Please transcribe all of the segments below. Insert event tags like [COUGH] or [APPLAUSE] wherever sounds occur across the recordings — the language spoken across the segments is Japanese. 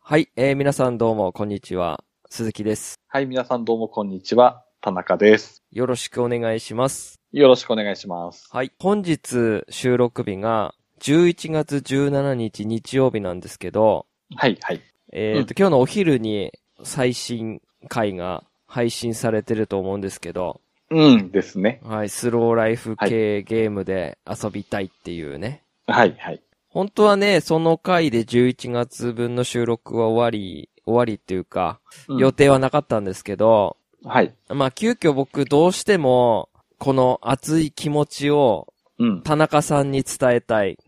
はい、えー皆さんどうも、こんにちは。鈴木です。はい、皆さんどうもこんにちは。田中です。よろしくお願いします。よろしくお願いします。はい、本日収録日が11月17日日曜日なんですけど、はい、はい。えーと、今日のお昼に最新回が配信されてると思うんですけど、うんですね。はい、スローライフ系ゲームで遊びたいっていうね。はい、はい。本当はね、その回で11月分の収録は終わり、終わりっていうか、うん予定はなかったんですけど、はい。まあ急遽僕どうしても、この熱い気持ちをうん。田中さんに伝えたい。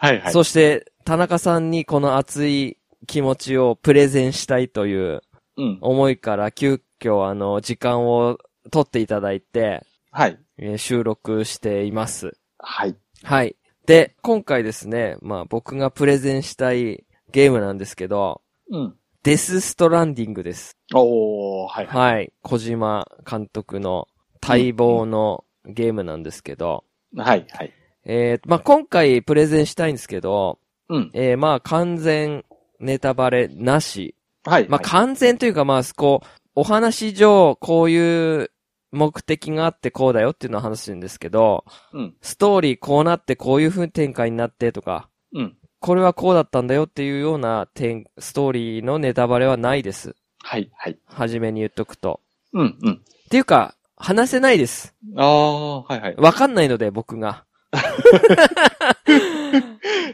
はい、はい。そして田中さんにこの熱い気持ちをプレゼンしたいといううん。思いから急遽あの時間を取っていただいて、はい。えー収録しています。はい。はい。で、今回ですね、まあ僕がプレゼンしたいゲームなんですけど、うん。デスストランディングです。おー、はい、はい。はい。小島監督の待望のゲームなんですけど、はい、はい。えー、まあ今回プレゼンしたいんですけど、うん。えー、まあ完全ネタバレなし。はい。まあ完全というかまあ、こう、お話上、こういう目的があってこうだよっていうのを話してるんですけど、うん。ストーリーこうなってこういう風展開になってとか、うん。これはこうだったんだよっていうような点、ストーリーのネタバレはないです。はい、はい。はじめに言っとくと。うん、うん。っていうか、話せないです。あー、はい、はい。わかんないので、僕 [LAUGHS] が。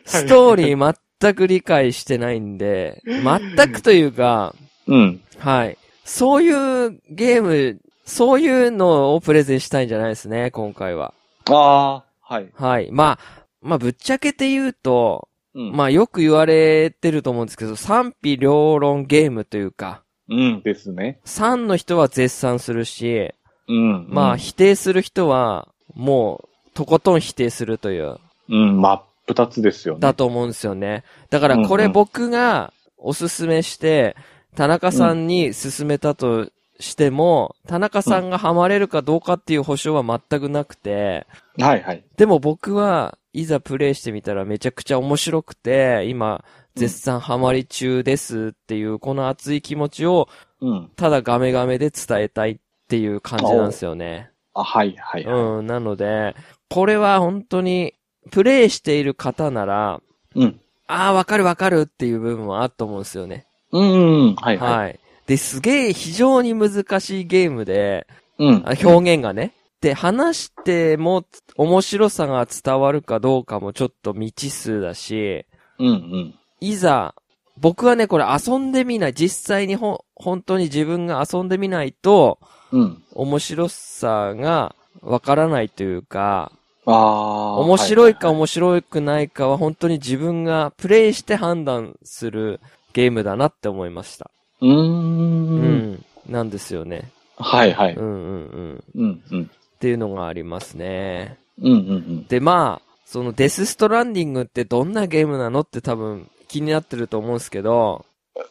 ストーリー全く理解してないんで、全くというか、うん。はい。そういうゲーム、そういうのをプレゼンしたいんじゃないですね、今回は。あー、はい。はい。まあ、まあ、ぶっちゃけて言うと、うん。まあよく言われてると思うんですけど、賛否両論ゲームというか、うんですね。賛の人は絶賛するし、うん。まあ否定する人は、もう、とことん否定するという、うん、まあ、二つですよね。だと思うんですよね。だからこうんれうん僕がおすすめして、田中さんに勧めたとしても、田中さんがハマれるかどうかっていう保証は全くなくて、はい、はい。でも僕はいざプレイしてみたらめちゃくちゃ面白くて、今、絶賛ハマり中ですっていう、この熱い気持ちを、うん。ただガメガメで伝えたいっていう感じなんですよね。あ、はい、はい。はいうん、なので、これは本当に、プレイしている方なら、うん。ああ、わかるわかるっていう部分はあると思うんですよね。うん、はい、ははい。で、すげえ非常に難しいゲームで、い。うん。あ表現がね。で、話しても面白さが伝わるかどうかもちょっと未知数だし、うん、うん。いざ、僕はね、これ遊んでみない。実際にほ、本当に自分が遊んでみないと、うん。面白さがわからないというか、ああ。面白いかも。面白くないかは本当に自分がプレイして判断するゲームだなって思いました。うー。うんん。なんですよね。。はいはいうんうんうん。っうんうん。ていうのがありますね。うんうんうん。で、まあ、そのデスストランディングってどんなゲームなのって多分気になってると思うんですけど、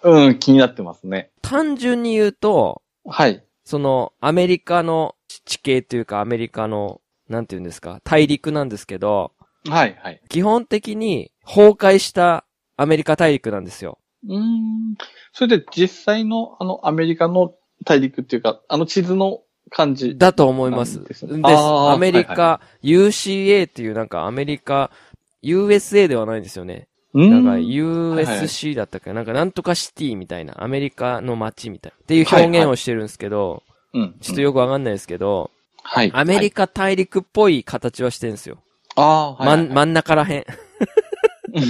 うん、気になってますね。単純に言うと、はい。そのアメリカの地形というかアメリカの、なんて言うんですか、大陸なんですけど、はいはい。基本的に崩壊したアメリカ大陸なんですよ。うーん。それで実際のあのアメリカの大陸っていうか、あの地図の感じ。だと思います。なんでです。すねあーアメリはいはカ、UCA っていうなんかアメリカ、USA ではないんですよね。うーなんかん。 USC だったっけ、なんかなんとかシティみたいな、アメリカの街みたいな。っていう表現をしてるんですけど、うん。ちょっとよくわかんないですけど、はい。アメリカ大陸っぽい形はしてるんですよ。カ。ああー、はいはい。真ん真ん中らへん。 [LAUGHS] うん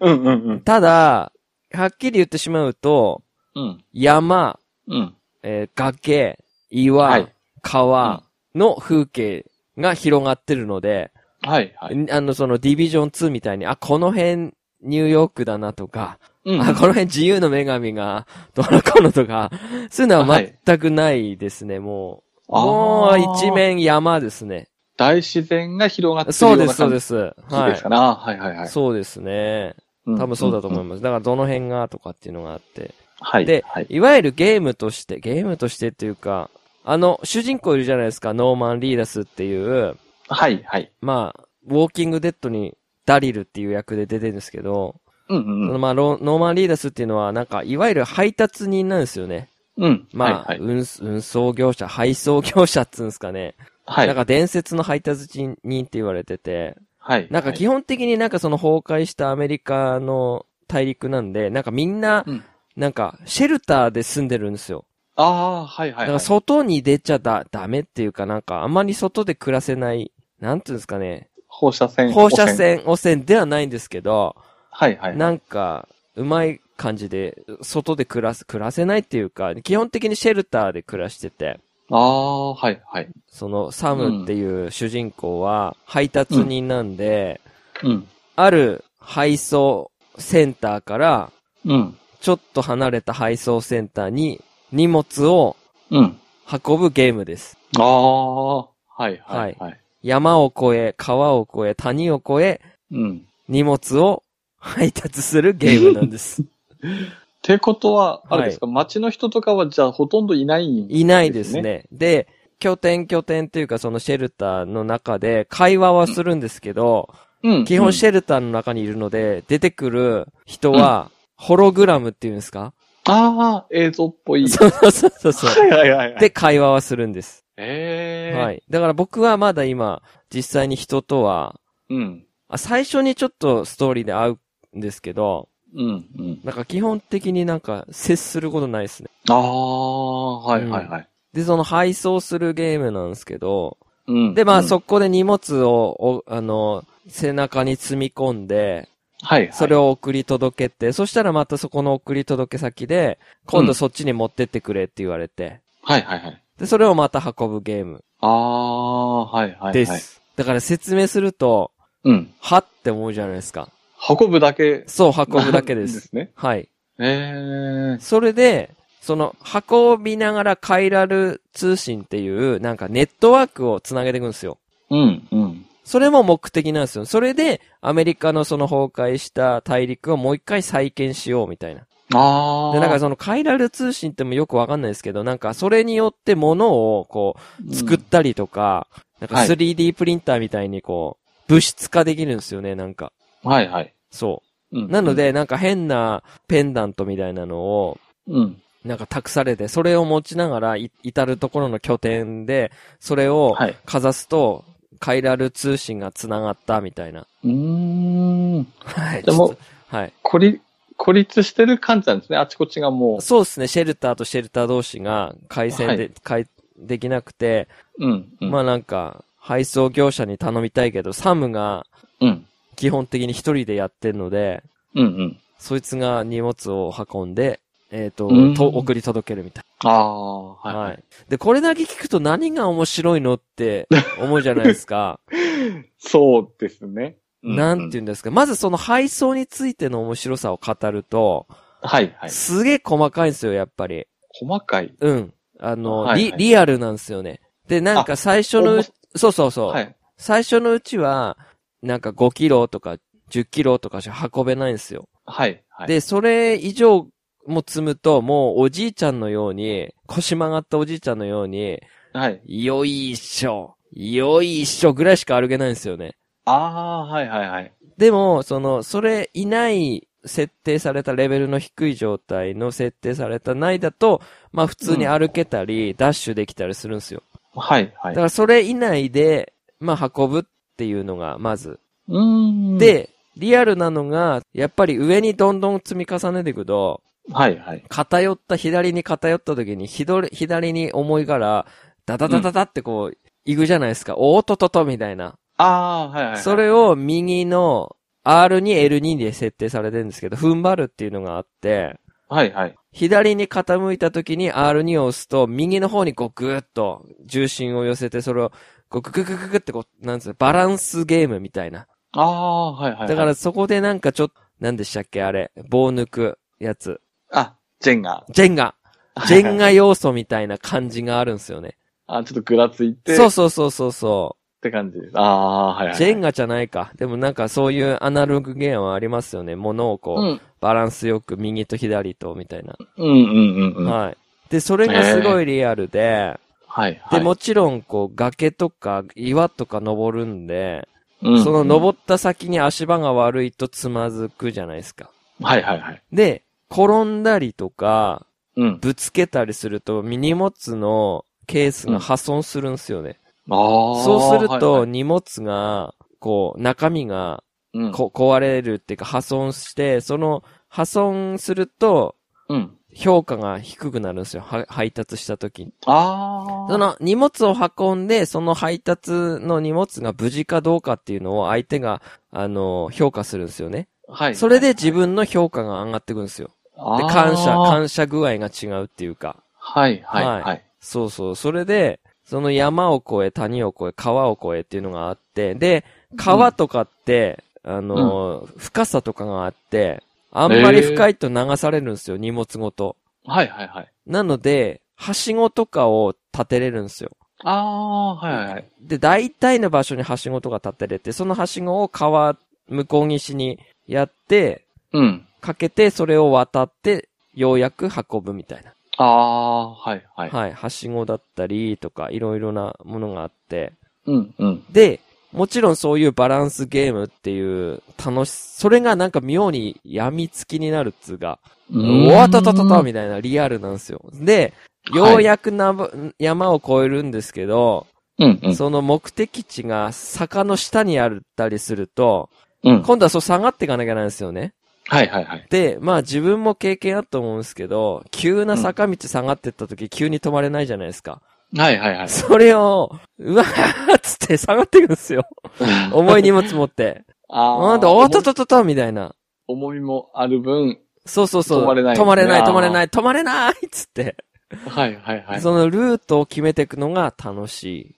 うんうん。ただ、はっきり言ってしまうと、うん。山、うん。えー崖、岩、はい川の風景が広がってるので、はいはい。んあの、その、ディビジョン2みたいに、あ、この辺、ニューヨークだなとか、 [LAUGHS] うん。あ、この辺自由の女神が、どうのこうのとか、そういうのははい全くないですね、もう。あーもう、一。面山ですね。大自然が広がってるそよううでなす、そう感でじす。では。すかね。あーはいはいはいい。そうですね。多分そうだと思いす。ます。だから、どの辺が、とかっていうのがあって。はい。ではい、いわゆるゲームとして、ゲームとしてっていうか、あの、主人公いるじゃないですか、ノーマン・リーダスっていう、はいはい。まあ、ウォーキングデッドに、ダリルっていう役で出てるんですけど、うんそうんのまあ、ロノーマンリーダスっていうのは、なんか、いわゆる配達人なんですよね。うん。うん。まあ、はいはい。運運送業者、配送業者っつうんですかね。はい。なんか伝説の配達人人って言われてて、はい。なんか基本的になんかその崩壊したアメリカの大陸なんで、なんかみんな、うんなんかシェルターで住んでるんですよ。ああ、はいはだいかはらい。外に出ちゃだ、ダメっていうかなんかあんまり外で暮らせない、なんていうんですかね、放射線。放射汚染。線、汚染ではないんですけど、はいはい。なんか、うまい感じで、外で暮らす、暮らせないっていうか、基本的にシェルターで暮らしてて、ああ、はいはい。そのサムっていう主人公は配達人なんで、うん。ある配送センターからうん。ちょっと離れた配送センターに荷物をうん。運ぶゲームです。ああ、はいはいはい。山を越え、川を越え、谷を越え、うん。荷物を配達するゲームなん [LAUGHS] です。ってことは、あれですか、街の人とかはじゃあほとんどいないんいないです。ね。で、拠点拠点っていうかそのシェルターの中で会話はするんですけど、うん。基本シェェルターの中にいるので、出てくる人は、ホログラムっていうんですか、ああ、映像っぽい。そうそうそうそう。はいはいはいはい。で、、会話はするんです。ええー。は。い。だから僕はまだ今、実際に人とは、うん。あ最初にちょっとストーリーで会うんですけど、うん。うん。なんか基本的になんか接することないですね。ああ、はいはいはい。で、その配送するゲームなんですけど、うん。で、まあうんそこで荷物を、おあの、背中に積み込んで、はいはい。それを送り届けて、そしたらまたそこの送り届け先で、今度そっちに持ってってくれって言われて、はいはいはい。で、それをまた運ぶゲームああ、はいはいはい。です。。だから説明すると、うん。はって思うじゃないですか。運ぶだけ。そう、運ぶだけで。です [LAUGHS] すね。はい。ええー。それで、その、運びながらカイラル通信っていう、なんかネットワークをつなげていくんですよ。うん、うん。それも目的なんですよ。それで、アメリカのその崩壊した大陸をもう一回再建しようみたいな。ああ。で、なんかそのカイラル通信ってもよくわかんないですけど、なんかそれによって物をこう作ったりとか、なんはいか 3D プリンターみたいにこう、物質化できるんですよね、なんか。うん。はいはい。そうんう。なの、で、なんか変なペンダントみたいなのを、うん。なんか託されて、それを持ちながらい、至るところの拠点で、それをはい。かざすと、カイラル通信が繋がったみたいな。うーん。はい。でもちょっと、はい。孤立、孤立してる感じなんですね。あちこちがもそうですね、シェルターとシェルター同士が回線はで、回できなくて、う。うん。うん、まあなんか、配送業者に頼みたいけど、サムがうん。基本的に一人でやってるので、うんうん。そいつが荷物を運んで、えっ、うんと、と、送り届けるみたい。ああ、はい、はい。で、これだけ聞くと何が面白いの [LAUGHS] って思うじゃないですか。そうですね。うなんて言うんですか。まずその配送についての面白さを語ると、はいはい。すげえ細かいんですよ、やっぱり。細かい。うん。あの、はリ、いリアルなんですよね。で、なんか最初のう、そうそうそう。はい。最初のうちは、なんか5キロとか10キロとかしか運べないんですよ。はい。はい。、で、それ以上も積むと、もうおじいちゃんのように、腰曲がったおじいちゃんのように、はい。よいしょ、よいしょぐらいしか歩けないんですよね。ああ、はいはいはい。でも、その、それ以内、設定されたレベルの低い状態の設定された内だと、まあ普通に歩けたり、ダッシュできたりするんですよ。はいはだいか。らそれ以内で、まあ運ぶっていうのが、まずうーん。、で、リアルなのが、やっぱり上にどんどん積み重ねていくと、はいはい。偏った、左に偏った時に、左左に思いから、ダダダダダってこう、行くじゃないですか。おーっとっとっとみたいな。ああ、はいはい。それを、を右の R2、L2 で設定されてるんですけど、踏ん張るっていうのがあって、はいはい。左に傾いた時に R2 を押すと、右の方にこうグーッと重心を寄せて、それをこうグググググってこう、なんつうの、バランスゲームみたいな。ああ、はいはい。だから、そこでなんかちょっと、なんでしたっけあれ、棒抜くやつ。あ、ジェンガ。ジェンガ。ジェはいンはいガ要素みたいな感じがあるんですよね。あ、ちょっとぐらついて、そうっそうそうそうそて感じです。ああ、はいはう。い。ジェンガ。ガじゃないか。でもなんかそういうアナログゲームはありますよね。ものをこう、うん。バランスよく右と左とみたいな。うんうんうんうん。はい。で、それがすごいリアルで、はいはい。で、もちろんこう崖とか岩とか登るんで、うん、その登った先に足場が悪いとつまずくじゃないですか。はいはいはい。で、転んだりとか、うん。ぶつけたりすると、荷物のケースが破損するんですよね。ああ。そうするはいと、はい、荷物が、こう、中身がうん。こ壊れるっていうか破損して、その破損すると、うん。評価が低くなるんですよ。は配達した時に。ああ。そ、の荷物を運んで、その配達の荷物が無事かどうかっていうのを相手が、あの、評価するんですよね。はい。それで自分の評価が上がってくるんですよ。で、あー感謝、感謝具合が違うっていうか。はいはいはいはい。そうそう。それで、その山を越え、谷を越え、川を越えっていうのがあって、で、川とかって、あのー、深さとかがあって、あんまり深いと流されるんですよ、荷物ごと。はいはいはい。なので、はしごとかを立てれるんですよ。ああ、はいはいはい。で、大体の場所にはしごとか立てれて、そのはしごを川向こう岸にやって、うん。かけて、それを渡って、ようやく運ぶみたいな。ああ、はいはい。はい。はしごだったりとか、いろいろなものがあって。うんうん。で、もちろんそういうバランスゲームっていう楽し、それがなんか妙に病みつきになるっつうか、うんおわたたたたみたいなリアルなんですよ。で、ようやくなば、山を越えるんですけど、うんうん。その目的地が坂の下にあったりすると、うん。今度はそう下がっていかなきゃいけないんですよね。はいはいはい。で、まあ自分も経験あったと思うんですけど、急な坂道下がってった時、急に止まれないじゃないですか。はいはいはい。それを、うわーっつって下がっていくんですよ。重い荷物持って。あーなんだ、おっとっとっとっとみたいな。重みもある [LAUGHS] 分、そうそうそう。止まれない止まれない、あー止まれない、止まれないっつって。はいはいはい。そのルートを決めていくのが楽し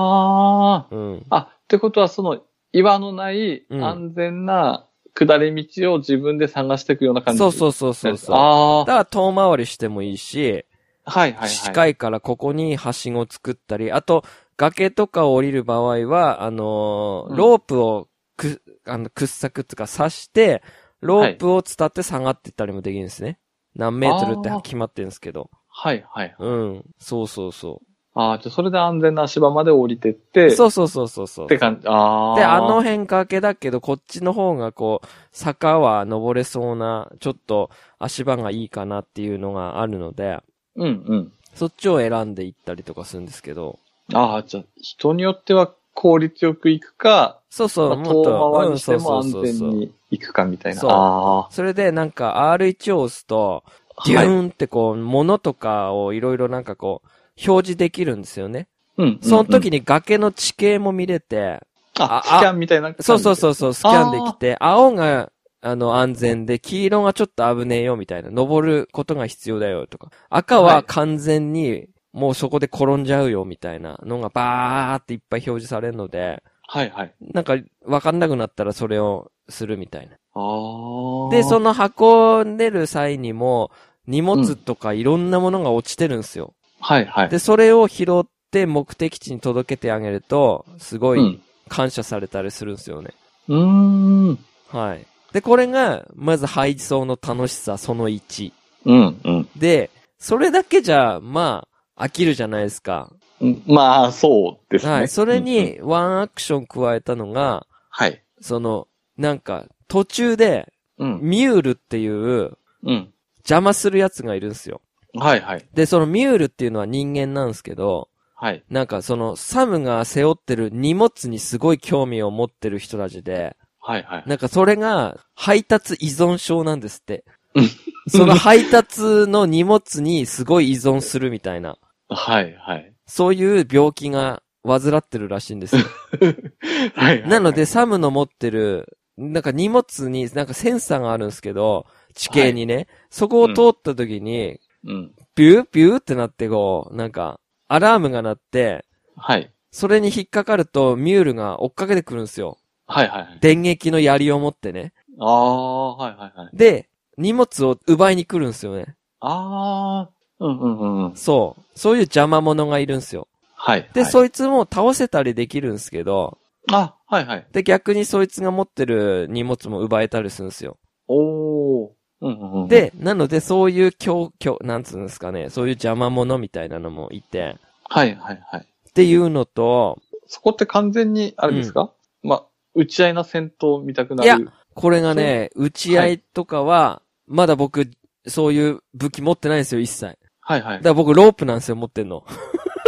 あい。うん。あ。あ、ってことはその岩のないうん安全な下り道を自分で探していくような感じ。そうそうそうそうそう。あだから遠回りしてもいいし、あ。はいはいはい。近いからここにはしごを作ったり、あと、崖とかを降りる場合は、あのーうんロープをく、あの、掘削とか刺して、ロープを伝って下がってったりもできるんですね。何メートルってあー決まってるんですけど。はいはい。うん。そうそうそああ、じゃあそれで安全な芝まで降りてって、う。そうそうそうそうそうっ。て感じ。ああ。で、あの、辺崖だけど、こっちの方がこう、坂は登れそうな、ちょっと足場がいいかなっていうのがあるので、うんうん。そっちを選んでいったりとかするんですけど、ああ、じゃあ人によっては効率よく行くか、そうそう、まあもっと遠回うんりしてもそうそ安うそう全そうに行くかみたいな。そうあそれでなんか R1 を押すと、あ。デュはいーンってこう、物とかをいろいろなんかこう、表示できるんですよね。うんうんうん。その時に崖の地形も見れて、ああ、スキャンみたいな感じ。そうそうそうそう、スキャンできて、青が、あの、安全で、黄色がちょっと危ねえよ、みたいな。登ることが必要だよ、とか。赤ははい完全に、もうそこで転んじゃうよ、みたいなのがバーっていっぱい表示されるので、はいはい。なんか、わかんなくなったらそれをするみたいな。ああ。で、その運んでる際にも、荷物とかいろんなものが落ちてるんですよ。はいはい。で、それを拾って目的地に届けてあげると、すごういん。感謝されたりするんですよね。うーん。はい。で、これが、まず配送の楽しさ、その1。うん、うんで、それだけじゃ、まあ、飽きるじゃないですか。うん。まあ、そうですね。はい。それうんうん、に、ワンアクション加えたのが、はい。その、なんか、途中で、うん。ミュールっていう、うん。邪魔するやつがいるんですよ。はいはい。で、そのミュールっていうのは人間なんですけど、はい。なんかその、サムが背負ってる荷物にすごい興味を持ってる人たちで、はいはい。なんかそれが配達依存症なんですってうん。その配達の荷物にすごい依存するみたいな。はいはい。そういう病気が患ってるらしいんですよ。はい。 [LAUGHS] なので、サムの持ってる、なんか荷物になんかセンサーがあるんですけど、地形にね、そこを通った時に、うん。ビュービューってなってこう、なんか、アラームが鳴って、はい。それに引っかかるとミュールが追っかけてくるんですよ。はいはいはい。電撃の槍を持ってね。ああ、はいはいはい。で、荷物を奪いに来るんですよね。ああ、うんうんうんうん。そう。そういう邪魔者がいるんですよ。はい。で、はいそいつも倒せたりできるんですけど、あ、はいはい。で、逆にそいつが持ってる荷物も奪えたりするんですよ。おー。うんうんうん。、で、なので、そういう強、強、なんつうんですかね、そういう邪魔者みたいなのもいて、はいはいはい。っていうのと、そこって完全に、あれですかまあ、打ち合いな戦闘見たくないやる。これがね、打ち合いとかは、まだ僕、そういう武器持ってないんですよ、一切。はいはだいか。ら僕、ロープなんですよ、持ってんの。 [LAUGHS]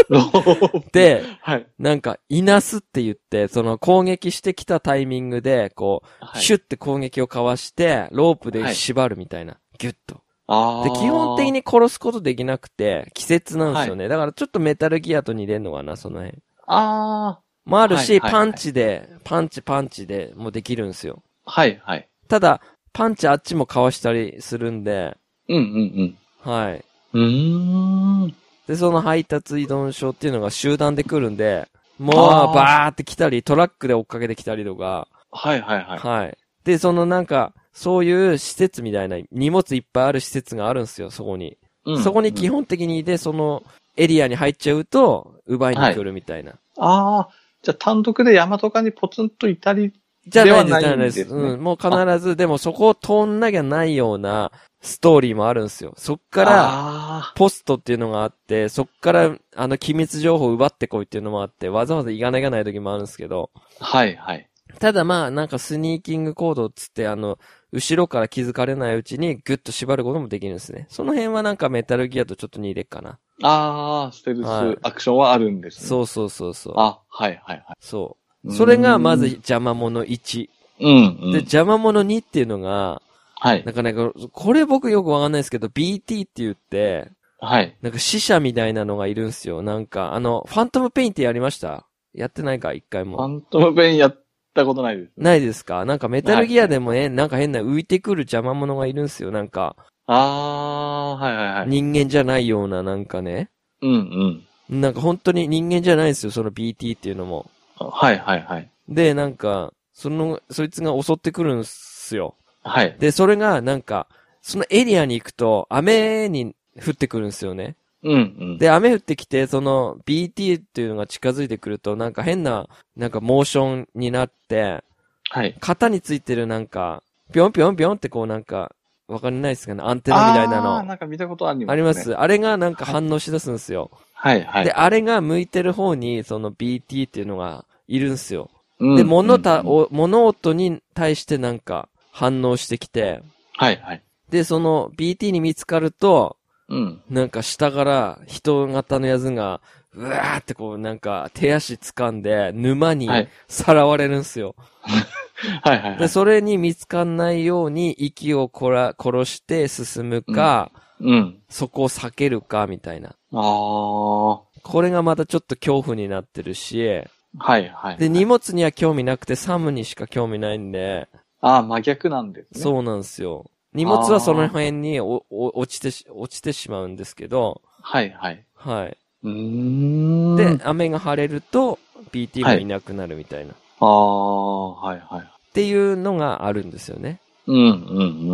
で、はい。なんか、いなすって言って、その攻撃してきたタイミングで、こう、はいシュッて攻撃をかわして、ロープはでい縛るみたいな。ギュッと。あで、ー基本的。に殺すことできなくて、季節なんですよね。だからちょっとメタルギアと似てんのかな、その辺。あもあるし、はいはいパンチで、パンチパンチでもできるんですよ。あ。はいはい。ただ、パンチあっちもかわしたりするんで、うんうんはい。うん。うーん。で、その配達依存症っていうのが集団で来るんで、もう、あーバーって来たり、トラックで追っかけてきたりとか、はいはいはい。はい。で、そのなんか、そういう施設みたいな、荷物いっぱいある施設があるんですよ、そこに。うんそこに基本的にいて、そのエリアに入っちゃうと、奪いに来るみたいな。ああ、じゃあ単独で山とかにポツンといたり、じゃないです、でじはゃなないいんですでねす。うん、もう必ず、でもそこを通んなきゃないようなストーリーもあるんですよ。そっから、あポストっていうのがあって、そっから、あの、機密情報を奪ってこいっていうのもあって、わざわざ行かないがない時もあるんですけど、あ、はいはい。ただまあ、なんかスニーキング行動っつって、あの、後ろから気づかれないうちにグッと縛ることもできるんですね。その辺はなんかメタルギアとちょっと似てっかな。ああ、ステルスはいアクションはあるんですね。そうそうそうそう。あ、はいはいはそい。う。それがまず、邪魔者1。うん、で、うん。邪魔者2っていうのが、はいな。んかね、これ僕よくわかんないですけど、BT って言って、はい。なんか死者みたいなのがいるんすよ。なんか、あの、ファントムペインってやりましたやってないか一回ファも。ントムペインやったことないです。ないですかなんかメタルギアでもね、なんか変な浮いてくる邪魔者がいるんすよ。なんか、ああー、はいはいはい。人間じゃないようななんかね。うんうん。なんか本当に人間じゃないんですよ、その BT っていうのも。はいはいはい。で、なんか、その、そいつが襲ってくるんすよ。はい。で、それがなんか、そのエリアに行くと、雨に降ってくるんすよね。うんうん。で、雨降ってきて、その BT っていうのが近づいてくると、なんか変な、なんかモーションになって、はい。肩についてるなんか、ぴょんぴょんぴょんってこうなんか、わかんないですかね、アンテナみたいなあーの。なんか見たことあります、ね。あります。。あれがなんか反応しだすんですよ。はいはい。で、あれが向いてる方に、その BT っていうのがいるんですよ。うんで、物た、うんお物音に対してなんか反応してきて、はいはい。で、その BT に見つかると、うん。なんか下から人型のやつが、うわーってこうなんか手足掴んで沼にはいさらわれるんすよ。はいはいはで、い。それに見つかんないように息をこら殺して進むか、うん。そこを避けるかみたいな。ああ、はこれがまたちょっと恐怖になってるし、いはい。で、荷物には興味なくてサムにしか興味ないんで、ああ、真逆なんですね。う。そうなんですよ。荷物はその辺におお落ちてし、落ちてしまうんですけど、はいはい。はい。うーん。で、、雨が晴れると、BT もいなくなるみたいな。ああ、はいはい。っていうのがあるんですよね。うんう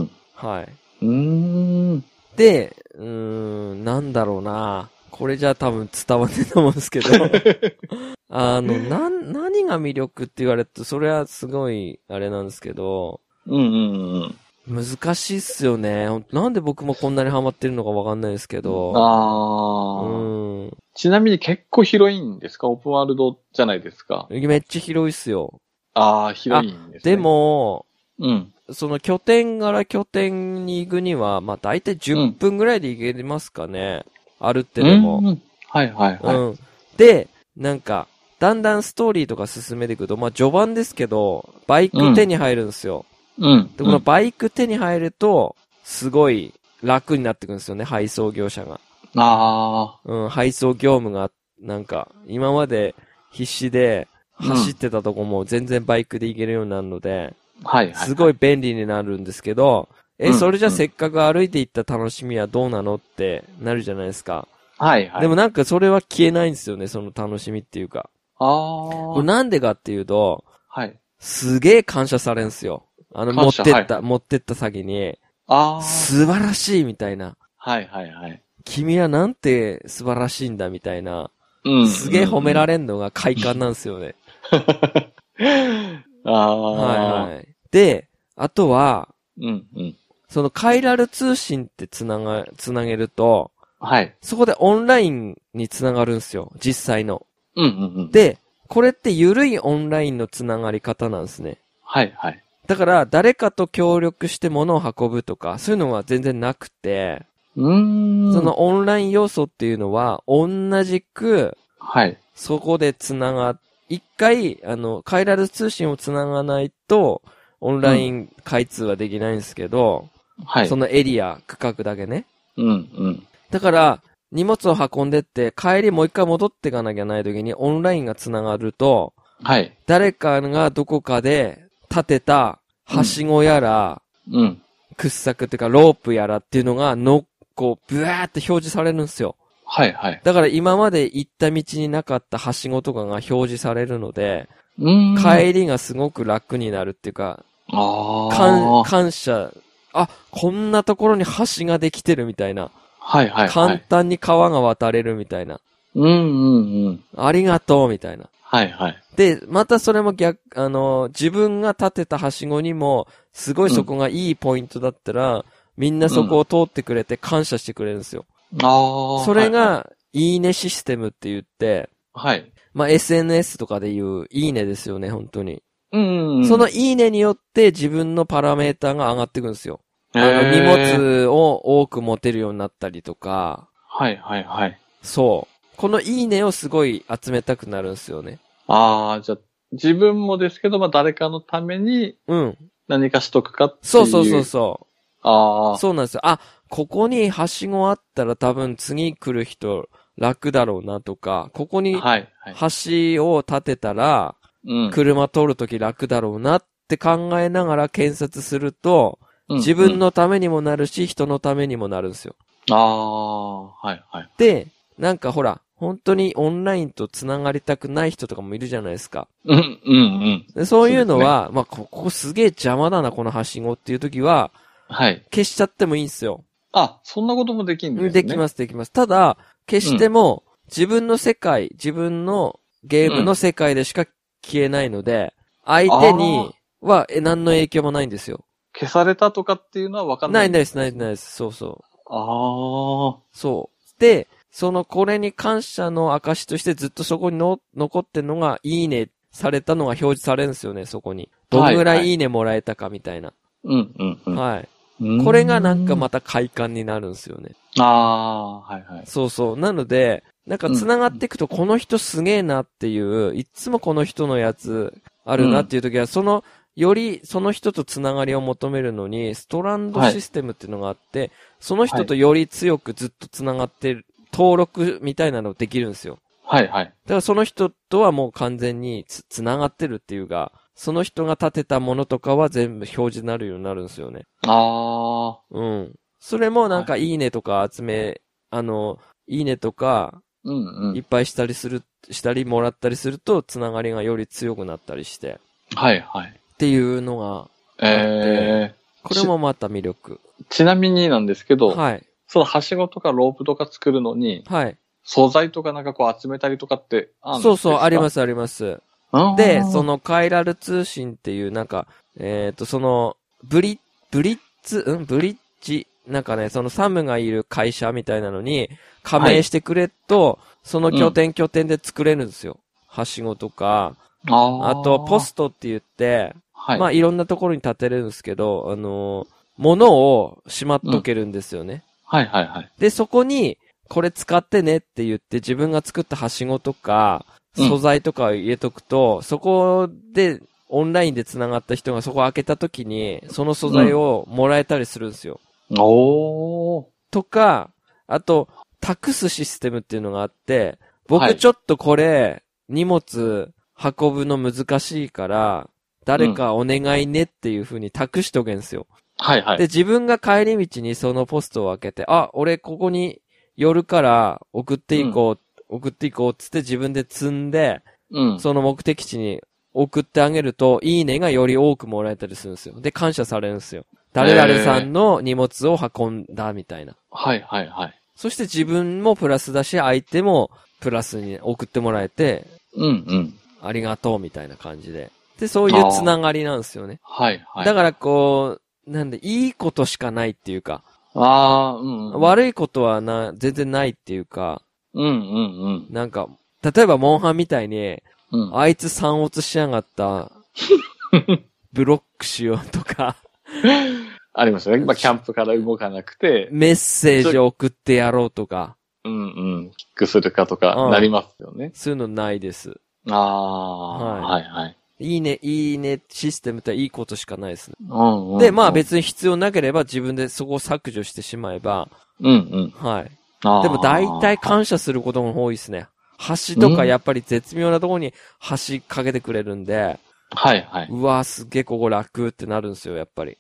んはい。うん。うーん。で、うーん、なんだろうなこれじゃ多分伝わんねえと思うんですけど。あの、なん、何が魅力って言われると、それはすごい、あれなんですけど、うんうんうん。難しいっすよね。ほんなんで僕もこんなにハマってるのかわかんないですけど。うああ、ーん。ちなみに結構広いんですかオープンワールドじゃないですかめっちゃ広いっすよ。ああ、広いんです、ね。で、も、うん。その拠点から拠点に行くには、まあ大体10分ぐらいで行けますかね。歩ってでも。うん。はいはいはい。うん。で、なんか、だんだんストーリーとか進めていくと、まあ序盤ですけど、バイク手に入るんですよ。うん。で、このバイク手に入ると、すごい楽になってくるんですよね、配送業者が。あうん、配送業務が、なんか、今まで必死で走ってたとこも全然バイクで行けるようになるので、あ、はいはい。すごい。便利になるんですけど、うえ、んそれじゃせっかく歩いて行った楽しみはどうなのってなるじゃないですか。はいはい。でも、なんかそれは消えないんですよね、その楽しみっていうか。こあれなんでかっていうと、あ、はい。すげえ感謝されんすよ。あの、持感って謝った、持ってった先に、あ素晴らしいみたいな。あ、はいはいはい。君はなんて素晴らしいんだみたいな。うすげえ褒められ。れんのが快感なんですよね。ああ、はいはい。で、あとは、い。うんうん。そのカイラル通信ってつなが、つなげると、はい。そこでオンラインにつながるんすよ。実際の。うんうんうん。で、これって緩いオンラインのつながり方なんですね。はいはい。だから、誰かと協力して物を運ぶとか、そういうのは全然なくて、うーん。そ、のオンライン要素っていうのは、同じく、はい。そこでつなが、一回、あの、カイラル通信をつながないと、オンライン開通はできないんですけど、はい。そのエリア、区画だけね。うん、うん。だから、荷物を運んでって、帰りもう一回戻っていかなきゃない時に、オンラインがつながると、はい。誰かがどこかで建てた、はしごやら、うん。掘削っていうか、ロープやらっていうのが、の、こう、ブワーって表示されるんですよ。はい、はい。だから今まで行った道になかったはしごとかが表示されるので、うーん。帰りがすごく楽になるっていうか、あ感、あ。感謝、あ、こんなところに橋ができてるみたいな、はい、はい、は簡い。単に川が渡れるみたいな、うん、うん、うん。ありがとうみたいな。はい、はい。で、またそれも逆、あの、自分が建てたはしごにも、すごいそこがいいポイントだったら、みんなそこを通ってくれて感謝してくれるんですよ。ああ。それ、が、いいねシステムって言って、はい。まあ、SNS とかで言う、いいねですよね、本当に。うん。その、いいねによって自分のパラメーターが上がっていくんですよ。あの、荷。物を多く持てるようになったりとか、はい、はい、はい。そう。このいいねをすごい集めたくなるんですよね。ああ、じゃあ自分もですけど、まあ、誰かのためにうん。何かしとくかっていう。そうそうそうそう。ああ。そうなんですよ。あ、ここにはしごあったら多分次来る人楽だろうなとか、ここに橋はい、はい。を建てたらうん車通るとき楽だろうなって考えながら検索すると、うん自分、のためにもなるし、人のためにもなるんですよ。うんああ、はい、はい。で、なんかほら、本当にオンラインと繋がりたくない人とかもいるじゃないですか。うん、うん、うん。でそういうのは、まあ、ここすげえ邪魔だな、このはしごっていうときは、はい。消しちゃってもいいんですよ。あ、そんなこともできんですね。できます、できます。ただ、決しても、自分の世界、自分のゲームの世界でしか消えないので、相手には、え、何の影響もないんですよ。消されたとかっていうのはわかんなないい。ないい。です、ないです、ないです。そうそう。ああ。そう。で、その、これに感謝の証としてずっとそこにの残ってんのが、いいねされたのが表示されるんですよね、そこに。どのぐらはいいいいいねもらえたかみたいな。うん、うん、うんはい。うん。これがなんかまた快感になるんですよね。ああー、はい、はい。そうそう。なので、なんか繋がっていくと、この人すげえなっていう、いつもこの人のやつあるなっていう時は、その、よりその人と繋がりを求めるのに、ストランドシステムっていうのがあって、その人とより強くずっと繋がってる、登録みたいなのできるんですよ。はい、はい。だからその人とはもう完全につ、繋がってるっていうか、その人が建てたものとかは全部表示になるようになるんですよね。ああ。うん。それもなんかいいねとか集め、あの、いいねとか、うん、ういっん。ぱいしたりする、したりもらったりすると、つながりがより強くなったりして、はい、はい。っていうのが、ええこれもまた魅力。ちなみになんですけど、はい。そのはしごとかロープとか作るのに、はい。素材とかなんかこう集めたりとかってあるんですか。そうそう、ありますす、あります。あーで、そ、のカイラル通信っていう、なんか、えっ、と、その、ブリ、ブリッツ、うんブリッジ、なんかね、そのサムがいる会社みたいなのに、加盟してくれと、その拠点拠点で作れるんですよ。はしごとか、ああと、ポト。ストって言って、はい。まあ、いろんなところに立てれるんですけど、あのー物をしまっとけるんですよね。はい、はい、はい。で、そこに、これ使ってねって言って自分が作ったはしごとか、うん素材とかを入れとくと、そこで、オンラインで繋がった人がそこ開けた時に、その素材をもらえたりするんですよ。おー。とか、あと、託すシステムっていうのがあって、は僕いちょっとこれ、荷物運ぶの難しいから、誰かお願いねっていう風に託しとけんですよ。はい、はいで、。自分が帰り道にそのポストを開けて、あ、俺ここに寄るから送っていこう、送っていこうっつって自分で積んで、うん。その目的地に送ってあげると、いいねがより多くもらえたりするんですよ。で、感謝されるんですよ。誰々さんの荷物を運んだみたいな。はい、はい、はい。そして自分もプラスだし、相手もプラスに送ってもらえて、うん、うん。ありがとうみたいな感じで。で、そういうつながりなんですよね。はい、はい。だからこう、なんで、いいことしかないっていうか、ああ、うん。うん悪いことはな、全然ないっていうか、うんうんなんか、例えばモンハンみたいに、うん。うん。 [LAUGHS] あいつ散落しやがった。ブロックしようとか、ありましたね。まあ、キャンプから動かなくて、メッセージを送ってやろうとか、うんうん、キックするかとうかんなりますよね。そういうのないです。ああ、はいはい。いいね、いいねシステムっていいことしかないですね。うんうんで、まあ別に必要なければ自分でそこを削除してしまえば、うんうん。はい。あーでも大体感謝することも多いですね。橋とかやっぱり絶妙なところに橋かけてくれるんで、はいはい。うわーすげえここ楽ってなるんですよ、やっぱり。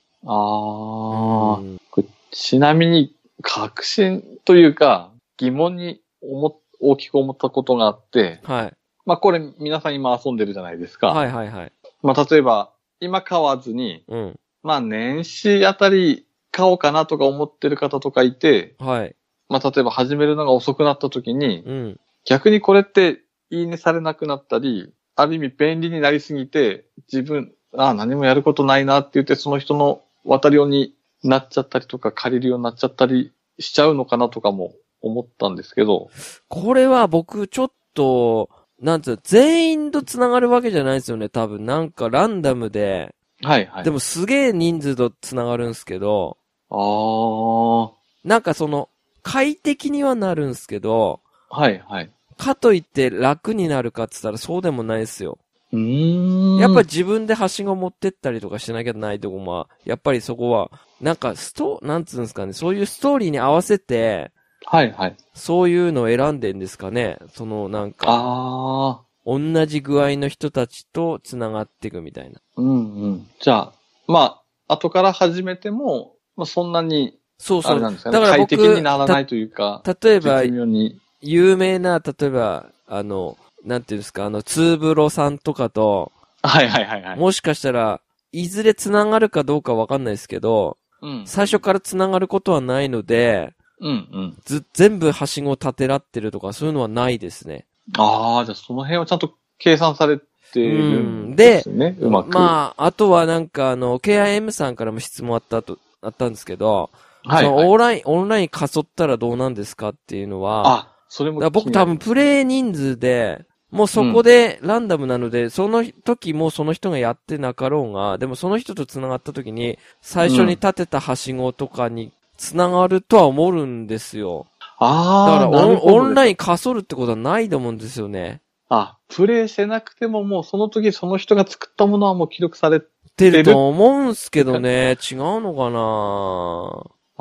ああう、んこれちなみに、確信というか、疑問に思っ大きく思ったことがあって、はい。まあこれ皆さん今遊んでるじゃないですか。はいはいはい。まあ例えば、今買わずに、うん。まあ年始あたり買おうかなとか思ってる方とかいて、はい。まあ例えば始めるのが遅くなった時に、うん。逆にこれっていいねされなくなったり、ある意味便利になりすぎて、自分、ああ、何もやることないなって言って、その人の渡りようになっちゃったりとか、借りるようになっちゃったりしちゃうのかなとかも思ったんですけど、これは僕ちょっと、なんつうの、全員と繋がるわけじゃないですよね、多分。なんかランダムで、はいはい。でも、もすげえ人数と繋がるんですけど、あなんかその、快適にはなるんすけど、あ、はいはい。かといって楽になるかって言ったらそうでもないですよ。うーん。やっぱり、自分ではしご持ってったりとかしなきゃないとこも、やっぱりそこは、なんかスト、なんつうんですかね、そういうストーリーに合わせて、はいはい。そういうのを選んでんですかね。そのなんか、ああ、同じ具合の人たちと繋がっていくみたいな。うんうん。じゃあ、まあ、後から始めても、まあそんなに、そうあそれう。なんですかね。だから快僕適にならないというか、例えば絶、妙に。有名な、例えば、あの、なんていうんですか、あの、ツーブロさんとかと、はいはいはいはい。もしかしたら、いずれ繋がるかどうかわかんないですけど、うん最初から繋がることはないので、うんうん。ず、全部はしごを立てらってるとか、そういうのはないですね。ああ、じゃあその辺はちゃんと計算されてるんですね。うまく。まあ、あとはなんか、あの、KIM さんからも質問あったと、あったんですけど、はい、そはいのオンライン、オンラインかそったらどうなんですかっていうのは、あ、それだもから僕多分気プレイ人数で、もうそこでランダムなので、その時もうその人がやってなかろうが、でもその人と繋がった時に、最初に立てたはしごとかに繋がるとは思うんですよ。にだかならる。ああ、オンオンライン。インかそるってことはないと思うんですよね。あ、プレイしてなくてももうその時その人が作ったものはもう記録され、出ると思うんすけどね、違うのか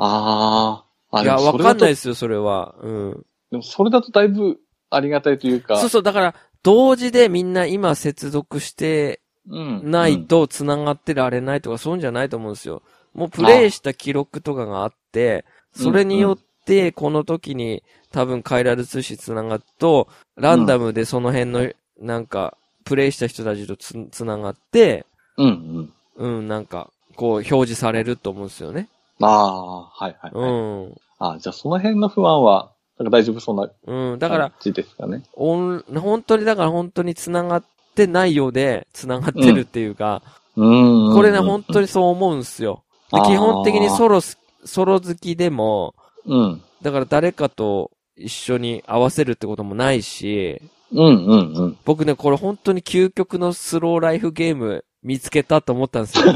ああ、あないや、でわもそれかだんとないですよ、それは。うん。でもそれだとだいぶありがたいというか。そうそう、だから、同時でみんな今接続してうん。ないと繋がってられないとか、そういうんじゃないと思うんですよ。もうプレイした記録とかがあって、うんそれによって、この時に多分カイラル通信繋がると、ランダムでその辺の、なんか、プレイした人たちとつ、繋がって、うん。うんうん。うん、なんか、こう、表示されると思うんですよね。ああー、はいはい、うはいん。あーじゃあその辺の不安は、なんか大丈夫そうなうん。だから感、じですかね。オン、本当に、だから本当に繋がってないようで、繋がってるっていうか、うん。これね、本当に。にそう思うんですよ。であー基本的にソロす、ソロ好きでも、うん。だから誰かと一緒に合わせるってこともないし、うんうんうん。僕ね、これ本当に究極のスローライフゲーム見つけたと思ったんです [LAUGHS] よ。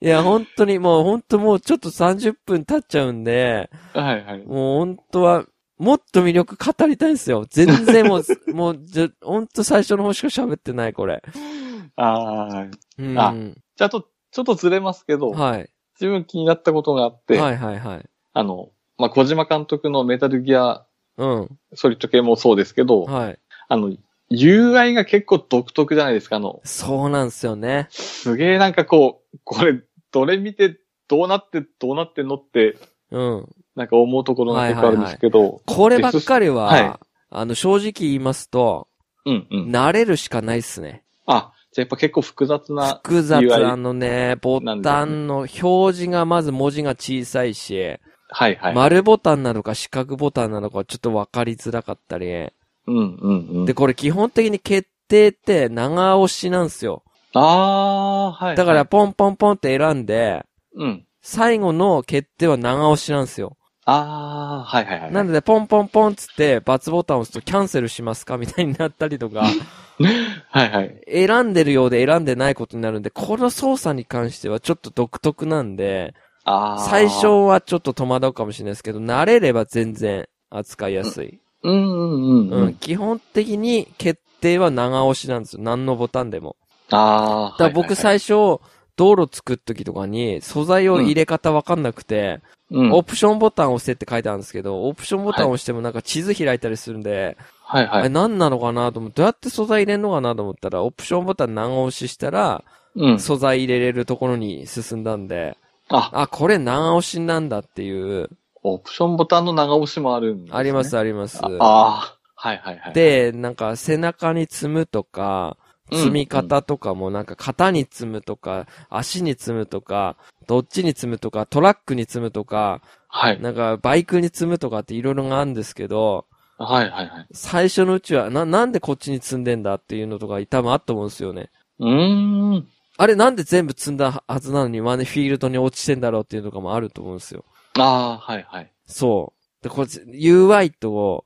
いや、本当にもう本当もうちょっと30分経っちゃうんで、はいはい。もう本当は、もっと魅力語りたいんですよ。全然も [LAUGHS] う、もう、じゃ、本当最初の方しか喋ってない、これ。ああ。うん。あはい。じゃあ、と、ちょっとずれますけど、はい自分気になったことがあって、はいはい。あの、まあ、小島監督のメタルギアうん。ソリッド系もそうですけど、はい。あの、UI が結構独特じゃないですか、あの、そうなんですよね。すげえなんかこう、これ、どれ見て、どうなって、どうなってんのって、うん。なんか思うところが結構あるんですけど、こればっかりは、はいあの、正直言いますと、うんうん。慣れるしかないっすね。あ、じゃあやっぱ結構複雑な、複雑、 UI あのね、ボタンの表示がまず文字が小さいし、はいはい。丸ボタンなのか四角ボタンなのかちょっとわかりづらかったり、うんうんうん。で、これ基本的に決定って長押しなんですよ。あー、はい。だから、ポンポンポンって選んで、うん。最後の決定は長押しなんですよ。ああ、はいはいはい。なので、ポンポンポンつって、罰ボタンを押すとキャンセルしますかみたいになったりとか、はいはい。選んでるようで選んでないことになるんで、この操作に関してはちょっと独特なんで、ああ。最初。はちょっと戸惑うかもしれないですけど、慣れれば全然扱いやすい。うんうんうん。う、うんん、基本的に決定は長押しなんですよ。何のボタンでも。ああ。だから僕はいはいはい最初、道路作っときとかに、素材を入れ方わかんなくて、うん、オプションボタン押せって書いてあるんですけど、オプションボタン押してもなんか地図開いたりするんで、はいあはれい。何なのかなと思って、どうやって素材入れんのかなと思ったら、オプションボタン長押ししたら、うん。素材入れれるところに進んだんで、あ、あ、これ長押しなんだっていう、オプションボタンの長押しもあるんです、ね。ありますあります。ああー、はいはいはい。、で、なんか背中に積むとか、うん積み方とかもなんか肩に積むとか、足に積むとか、どっちに積むとか、トラックに積むとか、はい。なんかバイクに積むとかっていろいろがあるんですけど、はいはいはい。最初のうちは、な、なんでこっちに積んでんだっていうのとか多分あったと思うんですよね。うーん。あれなんで全部積んだはずなのに真似フィールドに落ちてんだろうっていうのとかもあると思うんですよ。ああ、はいはい。そう。で、こっち、UI とボ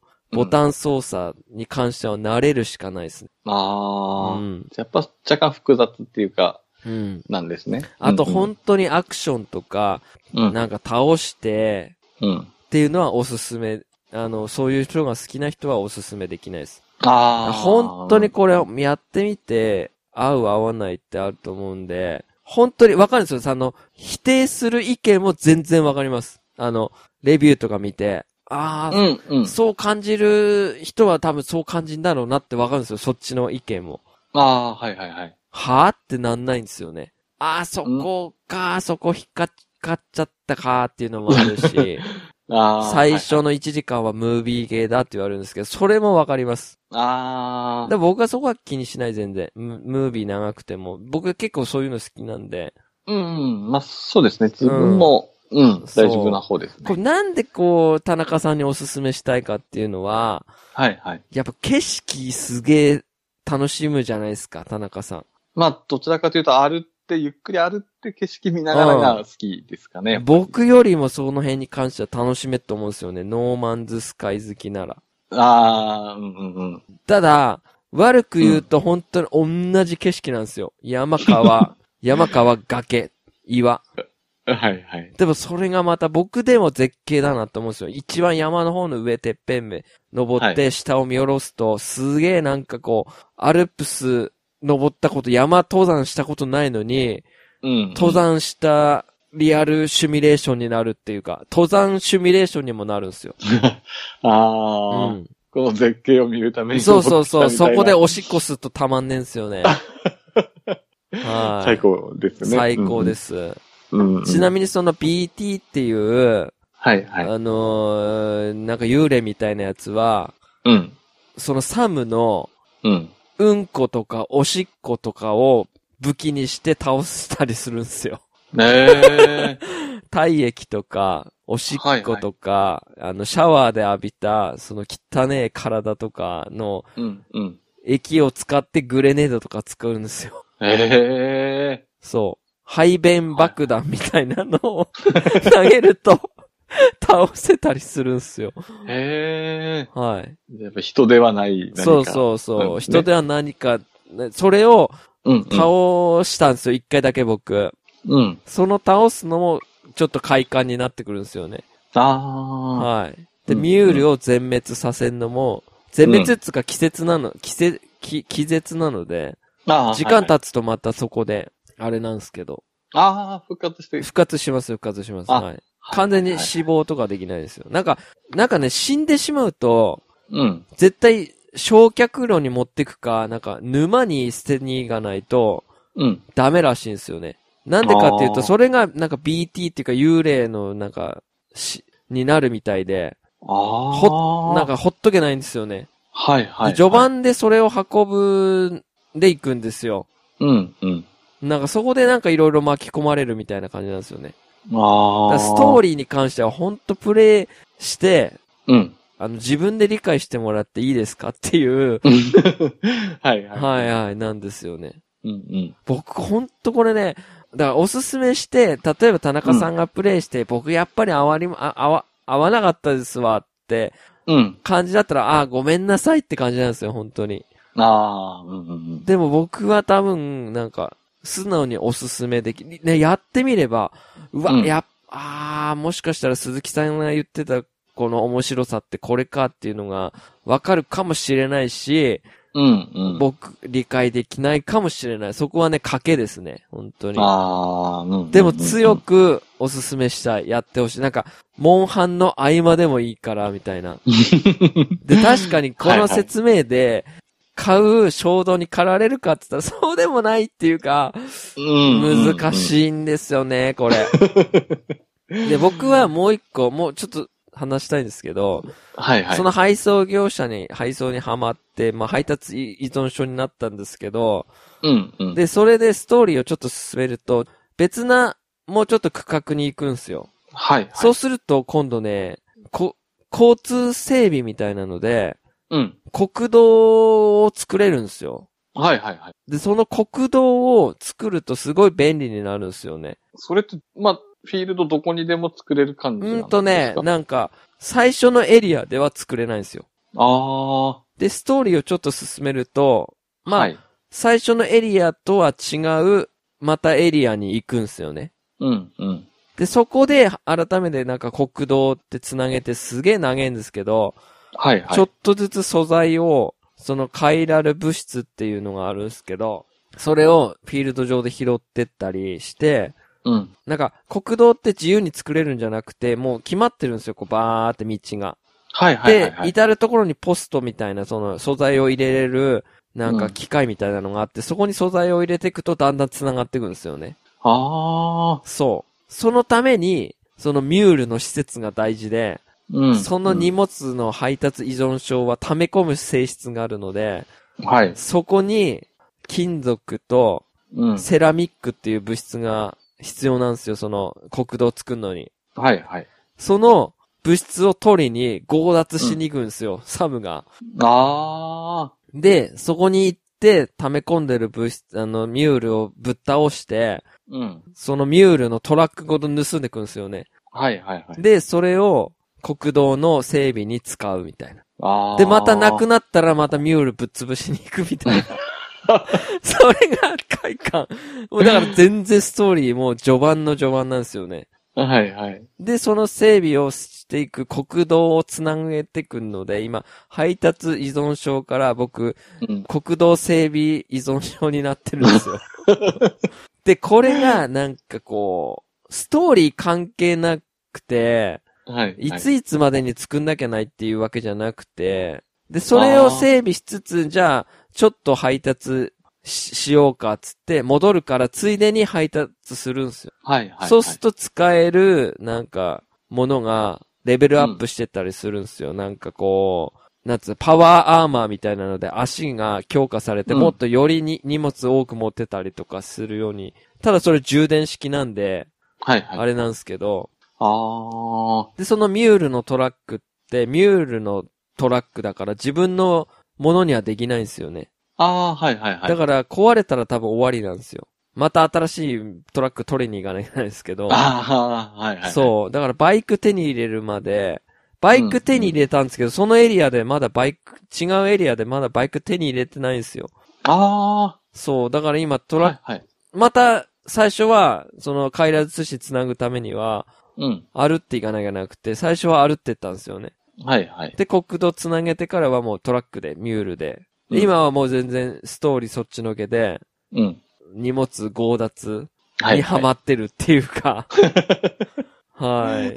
ン。タン操作に関しては慣れるしかないですね。ああ、うんやっぱ若干複雑っていうか、うん。なんですね。あとうん本当にアクションとか、うん、なんか倒してうん。っていうのはおすすめ。あの、そういう人が好きな人はおすすめできないです。ああ。本当にこれをやってみて、合う合わないってあると思うんで、本当にわかるんですよ。あの、否定する意見も全然わかります。あの、レビューとか見て、あうあ、んうん。そう感じる人は多分そう感じんだろうなってわかるんですよ。そっちの意見も。ああー、はいはいはい。はぁってなんないんですよね。あー、そこか、そこ引っかかっちゃったかっていうのもあるし、 [LAUGHS] ああ。最はい初の1時間はムービーゲーだって言われるんですけど、それもわかります。あであ。僕はそこは気にしない全然。ムムービー長くても。僕結構そういうの好きなんで。うんうん。まあ、そうですね。自分も、うん、大丈夫な方ですね。これなんでこう、田中さんにおすすめしたいかっていうのは、はいはい。やっぱ景色すげえ楽しむじゃないですか、田中さん。まあ、どちらかというと、歩って、ゆっくり歩って景色見ながらが好きですかね。僕よりもその辺に関しては楽しめると思うんですよね。ノーマンズスカイ好きなら。ああ、うんうんうん。ただ、悪く言うと本当に同じ景色なんですよ。山 [LAUGHS] 川、山川崖、岩。はいはい。でもそれがまた僕でも絶景だなと思うんですよ。一番山の方の上てっぺんめ登っはて下を見下ろすと、すげえなんかこう、アルプス登ったこと、山登山したことないのに、うん。登。山したリアルシミュレーションになるっていうか、登山シミュレーションにもなるんですよ。うああ、ん。この絶景を見るために。そうそうそう、そこでおおしっこするとたまんねんすよね。はい。最高ですね。。最高ですす。うんうん。ちなみみにその BT っていう、はいはい。あのーなんか幽霊みたいなやつは、うん。そのサムのうん。うんことかおしっことかを武器にして倒したりするんですよ。 [LAUGHS] ねえ。体液とか、おしっことか、あの、シャワーで浴びた、その汚え体とかのうんうん。液を使ってグレネードとか使うんですよ。ええ。そう。排便爆弾みたいなのを投げると、倒せたりするんすよ。えはい。え。やっぱ人ではない何か。そうそうそう。うん人では何か、ねそれをう。うん。倒したんですよ、一回だけ僕。うん。その倒すのも、ちょっと快感になってくるんですよね。ああ。はい。で、うんミュールを全滅させんのも、全滅っつうか季節なの、季節、き気絶なので、ああ時間っ経つとまたそこで、あれなんですけど、ああ、復活して。復活します、復活します。あはい。完全に死亡とかできないですよ。なんか、なんかね、死んでしまうと、うん。絶対、焼却炉に持ってくか、なんか、沼に捨てに行かないと、うん。ダメらしいんですよね。なんでかっていうあと、ーそれが、なんか BT っていうか幽霊の、なんか、し、になるみたいで、ああ。なん、かほっとけないんですよね。はいではい。序盤でそれを運ぶ、で行くんですよ。うん、うん。なんかそこでなんかいろいろ巻き込まれるみたいな感じなんですよね。だあかあ。らストーリリーに関してはほんとプレイして、ー。うん。 [LAUGHS] あの、自分で理解してもらっていいですかっていう、はいはい。はいはい、なんですよね。い。うん僕、ほんとこれね、だからおすすめして、例えば田中さんがプレイして、僕やっぱりあわりも、あ、あわ、合わなかったですわってうん。感じだったら、ああ、ごめんなさいって感じなんですよ、本当に。ああ、うんうんでも僕は多分、なんか、素直におすすめでき、ね、やってみれば、うわ、うんやっ、あー、もしかしたら鈴木さんが言ってた、この面白さってこれかっていうのが、わかるかもしれないし、うん。うんうん。僕、理解できないかもしれない。そこはね、賭けですね、本当に。ああ、うんうんうん。でも強くおすすめしたい。やってほしい。なんか、モンハンの合間でもいいから、みたいな。で、確 [LAUGHS] かにこの説明で、買う衝動に駆られるかって言ったら、そうでもないっていうか、うん。難しいんですよね、これ。で、僕はもう一個、もうちょっと話したいんですけど、うん。はいはい。その配送業者に、配送にはまって、まあ配達依存症になったんですけど、うんうん。で、それでストーリーをちょっと進めると、別な、もうちょっと区画に行くんですよ。はいはい。そうすると今度ね、こ、交通整備みたいなので、うん。国道を作れるんですよ。はいはいはい。で、その国道を作るとすごい便利になるんですよね。それって、まあ、フィールドどこにでも作れる感じなんうですかんとね、なんか、最初のエリアでは作れないんですよ。あで、ストーリーをちょっと進めると、あ。まあ、はい。最初のエリアとは違う、またエリアに行くんですよね。うんうん。で、そこで改めてなんか国道って繋げてすげえ長いんですけど、はいはい。ちょっとずつ素材を、そのカイラル物質っていうのがあるんですけど、それをフィールド上で拾ってったりして、うん。なんか国道って自由に作れるんじゃなくて、もう決まってるんですよ、こうバーって道が。はいはいはで、いはい。至るところにポストみたいな、その素材を入れれる、なんうかん機械みたいなのがあって、そこに素材を入れていくとだんだん繋がっていくんですよね。ああ。そう。そのために、そのミュールの施設が大事で、うん。その荷うん物の配達依存症は溜め込む性質があるので、はい。そこに金属とうん。はいセラミックっていう物質が必要なんですよ、その国道作るのに。はい。その物質を取りに強奪しに行くんですよ、サムが。ああ。で、そこに行って溜め込んでる物質、あの、ミュールをぶっ倒して、うん。そのミュールのトラックごと盗んでくんですよね。はいはいはい。で、それを国道の整備に使うみたいな。ああ。で、またなくなったらまたミュールぶっ潰しに行くみたいな。 [LAUGHS] それが快感。もうだから全然ストーリーもう序盤の序盤なんですよね。はいはい。で、その整備をしていく国道をつなげてくるので、今、配達依存症から僕、うん。国道整備依存症になってるんですよ。で、これがなんかこう、ストーリー関係なくて、はい。いはいついつまでに作んなきゃないっていうわけじゃなくて、で、それを整備しつつ、じゃあ、ちょっと配達ししようかっつって、戻るからついでに配達するんですよ。はいはい。そうすると使える、なんか、ものが、レベルアップしてったりするんですよ。なんかこう、なんつうの、パワーアーマーみたいなので足が強化されて、うんもっとよりに荷物多く持ってたりとかするように。ただそれ充電式なんで、はいはい。あれなんですけど、ああ。で、そのミュールのトラックって、ミュールのトラックだから自分のものにはできないんですよね。ああー、はいはいはい。だから壊れたら多分終わりなんですよ。また新しいトラック取りに行かなきゃいけないんですけど。ああ、はいはいはい。そう。だからバイク手に入れるまで、バイク手に入れたんですけど、そのエリアでまだバイク、違うエリアでまだバイク手に入れてないんですよ。あそう。だから今あ。トラはック、いはい。また最初は、そのカイラ寿司繋ぐためには、うん。歩っていかなきゃなくて、最初は歩ってったんですよね。はいはい。で、国道つなげてからはもうトラックで、ミュールで。うでん今はもう全然ストーリーそっちのけで、うん。荷物強奪はにいハはい。マってるっていう [LAUGHS] か。はい。へ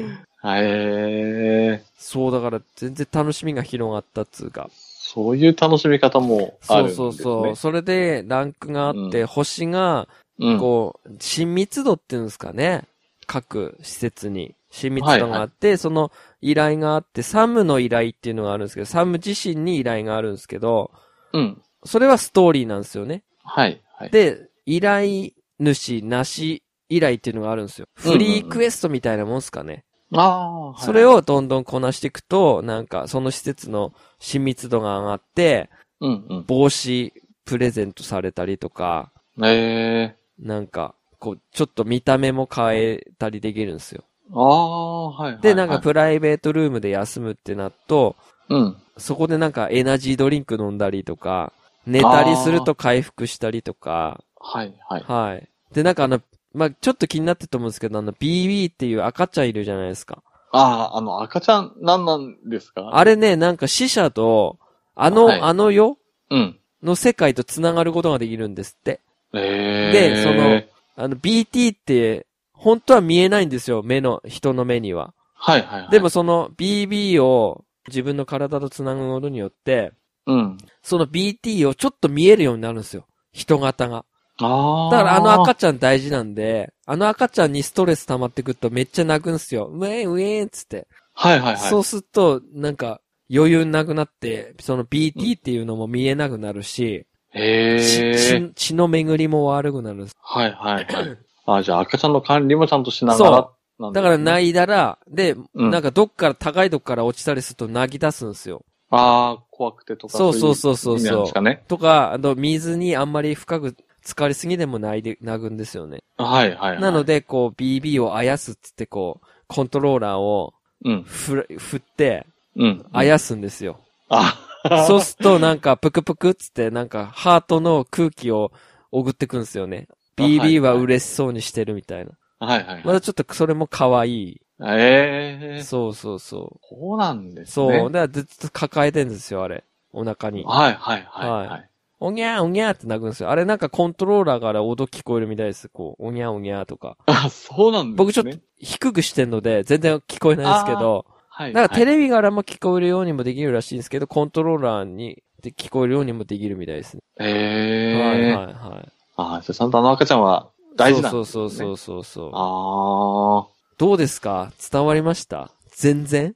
え。そうだから全然楽しみが広がったっつうか。そういう楽しみ方もあるそんうです、ね。そうそう。それでランクがあって、う星が、うん。こう、親密度っていうんですかね。各施設に親密度があって、その依頼があって、サムの依頼っていうのがあるんですけど、サム自身に依頼があるんですけど、うん。それはストーリーなんですよね。はいはい。で、依頼主なし依頼っていうのがあるんですよ。うんフリークエストみたいなもんすかね。ああ、はい。それ、をどんどんこなしていくと、なんかその施設の親密度が上がって、うんうん。帽子プレゼントされたりとか、ええなんか、こう、ちょっと見た目も変えたりできるんですよ。ああ、はいはい、はい。で、なんかプライベートルームで休むってなると、うん。そこでなんかエナジードリンク飲んだりとか、寝たりすると回復したりとか、はいはい。はい。で、なんかあの、まあ、ちょっと気になってると思うんですけど、あの、BB っていう赤ちゃんいるじゃないですか。ああ、あの、赤ちゃん、なんなんですかあれね、なんか死者と、あの、はいあの世うん。の世界と繋がることができるんですって。ええでその、あの、BT って、本当は見えないんですよ、目の、人の目には。はいはい、はい。でも、その BB を自分の体と繋ぐことによって、うん。その BT をちょっと見えるようになるんですよ。人型が。ああ。だからあの赤ちゃん大事なんで、あの赤ちゃんにストレス溜まってくるとめっちゃ泣くんすよ。ウェーンウェーンっつって。はいはいはい。そうすると、なんか余裕なくなって、その BT っていうのも見えなくなるし、へ血え。血血の巡りも悪くなるんです。はいはい [CLEARS THROAT] はい。ああ、じゃあ赤ちゃんの管理もちゃんとしながらなんだからい。泣いだら、で、うんなんかどっから高いとこから落ちたりすると泣き出すんですよ。ああ、怖くてとか。そうそうそうそうい意味なんですかね。とか、あの、水にあんまり深く浸かりすぎでも泣いで、泣くんですよね。はいはい、はい。なの、で、こう、BB をあやすっつって、こう、コントローラーをうん。ふら、振って、うん。あやすんですよ。 [LAUGHS] あ、そうすると、なんか、ぷくぷくっつって、なんか、ハートの空気を送ってくんですよね。あ [LAUGHS] はい BB は嬉しそうにしてるみたいな。はいはいまはい。たちょっと、それも可愛ええい。そうそうそそうなんう。ですそう。ね。だ。から、ずっと抱えてんですよ、あれ。お腹に。はいはいはい、は。はいおにゃーおにゃーって泣くんですよ。あれなんかコントローラーから音聞こえるみたいです。こう、おにゃーおにゃーとか。あ、そうなんですね。僕ちょっと低くしてんので、全然聞こえないですけど。はい。なんかテレレビからも聞こえるようにもできるらしいんですけど、コントローラーにで聞こえるようにもできるみたいですね。ええはいはいはい。ああ、じゃあちゃんとあの赤ちゃんは大事なんそでうすそね。。うそううそうそう。あどうですか伝わりました全然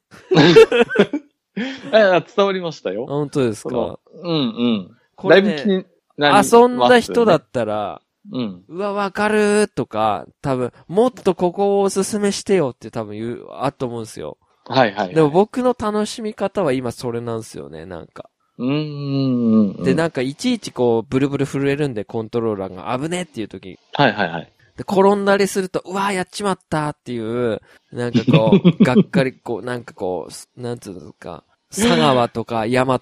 あ。え、伝わりましたよ。本当ですそかのうんうん。こだれ、いぶ気ね、になります遊よんねだ人だっ。たら、うん。うわ、わかるーとか、多分、もっとここをおすすめしてよって多分言う、あると思うんですよ。はいはい。でも、僕の楽しみ方は今それなんですよね、なんか。うんうんうん。で、なんかいちいちこう、ブルブル震えるんで、コントローラーが危ねっていう時はいはいはい。で、転んだりすると、うわーやっちまったっていう、なんかこ [LAUGHS] う、がっかり、こう、なんかこう、なんつうのか、佐川とか大和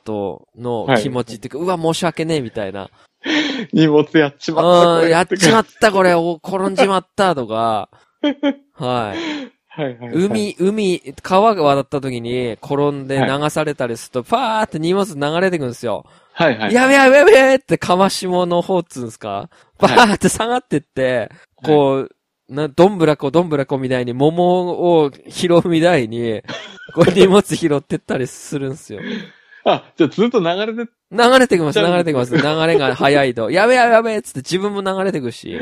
の気持ちっていうか、うわ、申し訳ねえみたいな。荷物やっちまうった。ん、やっちっまったこれ、お転んじまったと [LAUGHS] か、はい。た。はいはいはい。海、海、川が渡った時に転んで流されたりすると、パーって荷物流れてくんですよ。はいはい。やべやべやべやべって、かましもの方っつうんですかバーって下がってって、こう、な、どんぶらこどんぶらこみたいに、桃を拾うみたい [LAUGHS] に、こう荷物拾ってったりするんですよ。あ、じゃあずっと流れて、流れてきます、流れてきます。流れが早いと。やべやべやべっつって自分も流れてくし。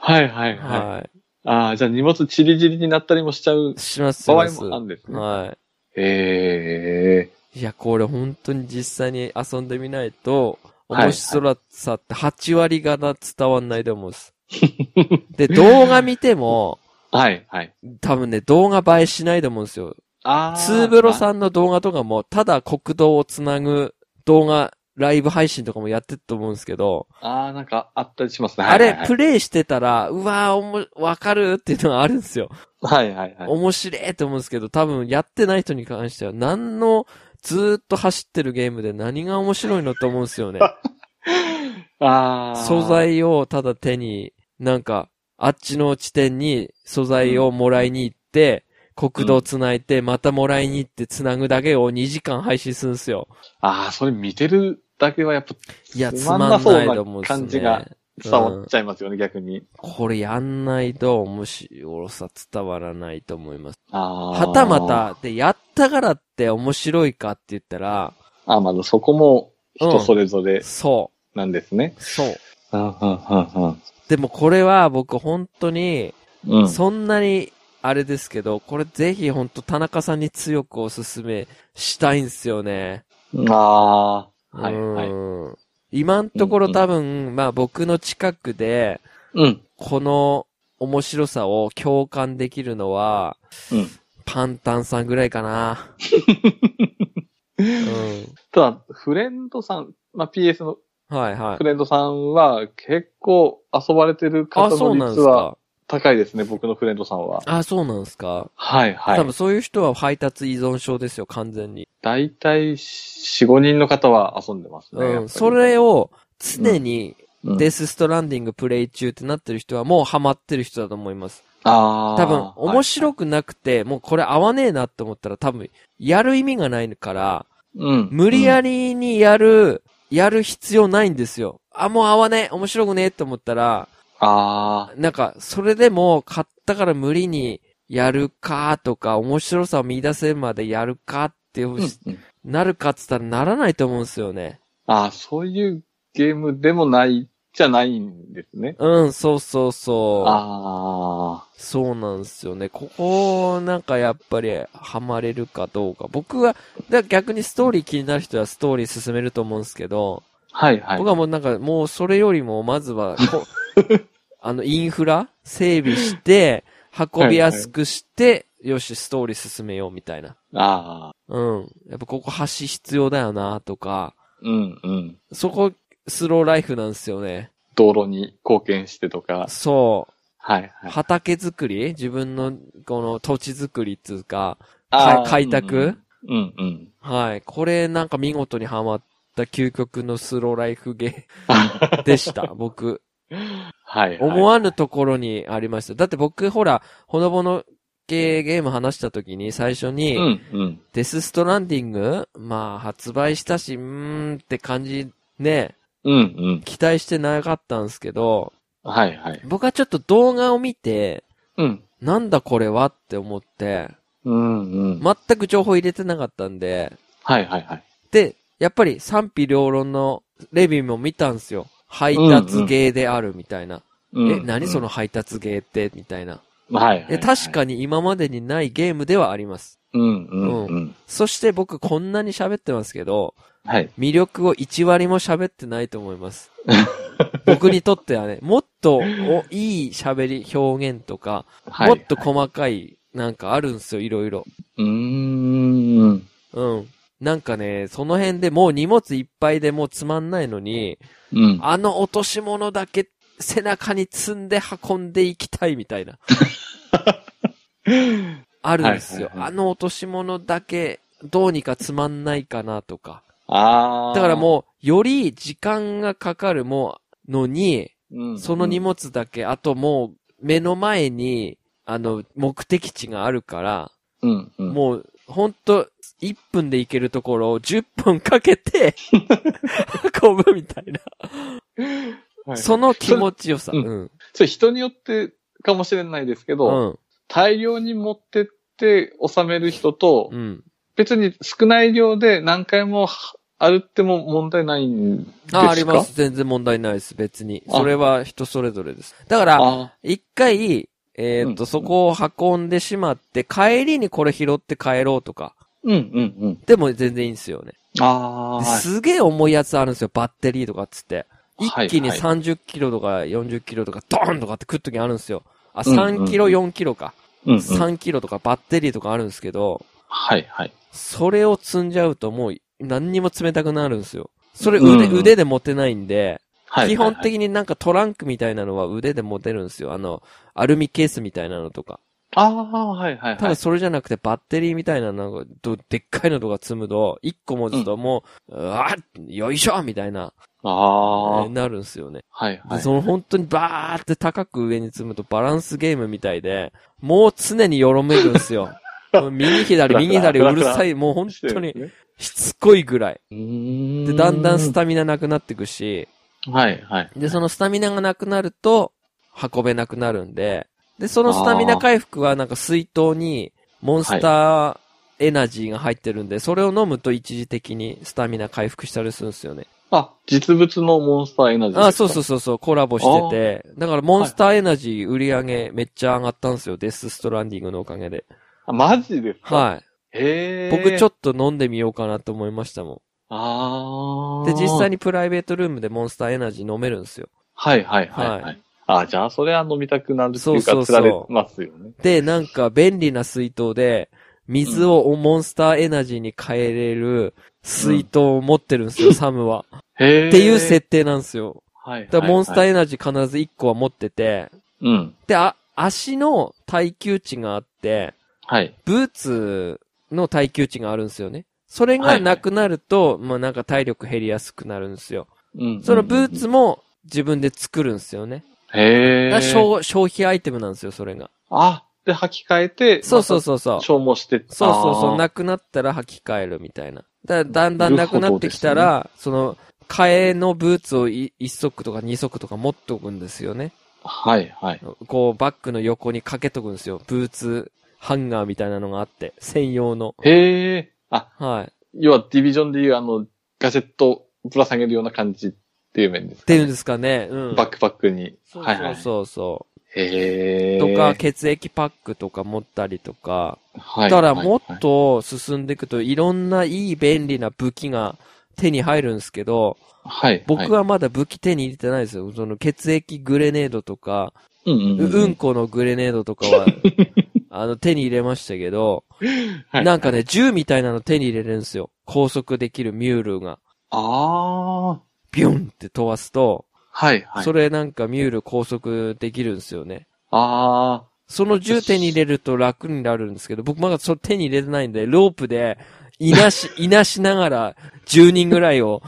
はいはいはい。はああ、じゃあ荷物チリチリになったりもしちゃうい。します、し場合ます。もあるんですね。はへえ。い。いや、これ本当に実際に遊んでみないと、面白さって8割方伝わんないと思うんです。 [LAUGHS] で、動画見ても、はいはい。多分ね、動画映えしないと思うんですよ。ああ。ツーブロさんの動画とかも、ただ国道をつなぐ動画、ライブ配信とかもやってると思うんですけど、ああ、なんかあったりしますね。あれ、ププレイしてたら、うわー、おも、わかるっていうのがあるんですよ。はいはいはい。面白いと思うんですけど、多分やってない人に関しては、何の、ずーっと走ってるゲームで何が面白いのと思うんですよね。ああ。素。材をただ手に、なんか、あっちの地点に素材をもらいに行って、国道つないで、またもらいに行ってつなぐだけを2時間配信するんですよ。ああ、それ見てるだけはやっぱいや、つつままんんなそうないなと思うんですね。感じが伝わっちゃいますよね、逆に。これやんないと面白さ伝わらないと思います。ああ。はたま。た、で、やったからって面白いかって言ったら、ああ、まだそこも人それぞれそなんですね。う、そう。うん、うん、うん、でもこれは僕本当に、うん。うん。そんなに、あれですけど、これぜひ本当田中さんに強くおすすめしたいんですよね。ああ。はい、はい。うん今のところ多分、まあ僕の近くで、うん。この面白さを共感できるのは、うんパンタンさんぐらいかな。うただ、フレンドさん、まあ、PS のん。はいはフい。レンドさんは結構遊ばれてるあ、方そうのなんで率すはか。高いですね、僕のフレンドさんは。あ、そうなんですか。はい、は多い分。そういう人は配達依存症ですよ、完全に。だいたい4、5人の方は遊んでますね。やっぱうん。りそれを常にうんデスストランディングプレイ中ってなってる人はもうハマってる人だと思います。ああ。多分面は白くなくて、もうこれ合わねえなって思ったら多分やる意味がないから、い。うん。無理やり。りにやる、やる必要ないんですよ。あ、もう合わねえ、面白くねえって思ったら、あなんか、それでも、買ったから無理にやるかとか、面白さを見出せるまでやるかっていう、あ。うんなるかっつったらならないと思うんですよね。ああ、そういうゲームでもない、じゃないんですね。うん、そうそうそう。あそうなんですよね。ここ、なんかやっぱり、ハマれるかどうか。僕は、だから逆にストーリー気になる人はストーリー進めると思うんですけど、あ。はいはい。僕はもうなんか、もうそれよりも、まずは、 [LAUGHS] こあの、インフラ整備して、運びやすくして、よし、ストーリー進めようみたいな。ああ。うん。やっぱここ橋必要だよな、とか。うんうん。そこ、スローライフなんですよね。道路に貢献してとか。そはいう。はい。畑作り自分の、この土地作りっていうか、あーか開拓うんうん。うんうん。はい。これなんか見事にハマった究極のスローライフゲ [LAUGHS] ーでした、僕。はいはい。思わぬところにありました。だって僕、ほら、ほのぼの系ゲーム話した時に最初に、うんうん。デスストランディングまあ、発売したし、うーんって感じ、ね、うんうん。期待してなかったんですけど、はいはい。僕はちょっと動画を見て、うん。なんだこれはって思って、うんうん。全く情報入れてなかったんで、はいはいはい。で、やっぱり賛否両論のレビューも見たんですよ。配達ゲーであるみたいな。うんえ、何その配達ゲーってみたいな。はいはいはえい。確かに今までにないゲームではあります。うんうんうん。そして僕こんなに喋ってますけど、はい。魅力を1割も喋ってないと思い [LAUGHS] ます。僕にとってはね、もっとおいい喋り、表現とか、はい。もっと細かい、なんかあるんですよ、いろいろ。うーん。うん。なんかね、その辺でもう荷物いっぱいでもうつまんないのに、うん。あの落とし物だけ背中に積んで運んでいきたいみたいな。あるんですよ。はいはいはいあの落とし物だけどうにかつまんないかなとか。ああ。だからもう、より時間がかかるものに、うん、その荷物だけ、あともう、目の前に、あの、目的地があるから、うん、うん、もう、ほんと、1分で行けるところを10分かけ [LAUGHS] て、運ぶみたいな。はいその気持ちよさ。うそれん。それ人によってかもしれないですけうど、ん。大量に持ってって収める人と、うん。別に少ない量で何回も歩っても問題ないんですかあ、あります。。全然問題ないです。別に。あそれは人それぞれです。だから、あ一回、えーっうと、んそこを運んでしまって、帰りにこれ拾って帰ろうとか。うん、うん、うん。でも全然いいんですよね。ああ、すげえ重いやつあるんですよ、バッテリーとかっつって。は一い気にはい30キロとか40キロとか、ドーンとかって食っときあるんですよ。あ、うんうん3キロ、4キロか。うん、うん。 3キロとかバッテリーとかあるんですけど、はい、はい。それを積んじゃうともう何にも冷たくなるんですよ。それ腕、うん腕で持てないんで、はい。基本はいはい的になんかトランクみたいなのは腕で持てるんですよ。あの、アルミケースみたいなのとか。ああ、はい、はい、たはだい。それじゃなくてバッテリーみたいなのが、どでっかいのとか積むと、1個持つともう、うわーよいしょみたいな、ああ、えーなるんですよね。はい、ではい。その本当にバーって高く上に積むとバランスゲームみたいで、もう常によろめるんですよ。 [LAUGHS] もう右左、右左うるさい、もう本当にうしつこいぐらい。ーんで、だんだんスタミナなくなっていくし、はい、はい。で、そのスタミナがなくなると、運べなくなるんで、で、そのスタミナ回復はなんか水筒に、モンスターエナジーが入ってるんで、それを飲むと一時的にスタミナ回復したりするんですよね。あ、実物のモンスターエナジー。あ、そうそうそうそう、コラボしてて、だからモンスターエナジー売り上げめっちゃ上がったんですよ、デスストランディングのおかげで。あ。マジですかい。はい。へえ。僕ちょっと。っと飲んでみようかなと思いましたもあん。あ。で、実際に。にプライベートルームでモンスターエナジー飲めるんですよ。はい、はい、はい。ははい。あ、じゃあ、それは飲みたくなるっていうそか、うつそうそらうれますよね。で、なんか便利な水筒で、水をモンスターエナジーに変えれる水筒を持ってるんですよ、サムは。へえ。っていう設定なんですよ。はい。だからモンスターー。エナジー必ず1個は持ってて、うん。で、あ、足の耐久値があって、はい。ブーツの耐久値があるんですよね。それがなくなると、まあなんか体力減りやすくなるんですよ。うんそのブーツも。も自分で作るんですよね。へだかえら。消消費アイテムなんですよ、それが。あ、で、履き替えて、そうそうそうそうま。た消耗してったそうそうそう、なくなったら履き替えるみたいな。だだんだんなくなってきたら、その、替えのブーツをい1足とか2足とか持っとくんですよね。はい、はい。こう、バッグの横にかけとくんですよ。ブーツハンガーみたいなのがあって、専用の。へえ。あ、はい。要はディビジョンでいうあの、ガジェットぶら下げるような感じっていう面ですか出るんですかね。うん。バックパックに。そうはい、はい。そうそへう。え。とか、血液パックとか持ったりとか。はい、だからもはいっと進んでいくと、いろんないい便利な武器が手に入るんですけど、はい。僕ははまだ武器手に入れてないですよ。その血液グレネードとか、い、うんうんううん。このグレネードとか [LAUGHS] は、あの、手に入れましたけど、はいなんかね、銃みたいなの手に入れれるんですよ。拘束できるミュールが、ああ。ビュンって飛ばすと、はい、はい。それなんかミュール拘束できるんですよね。あその銃手に入れると楽になるんですけど、僕まだそれ手に入れてないんで、ロープで、いな [LAUGHS] し、いなしながら、10人ぐらいを、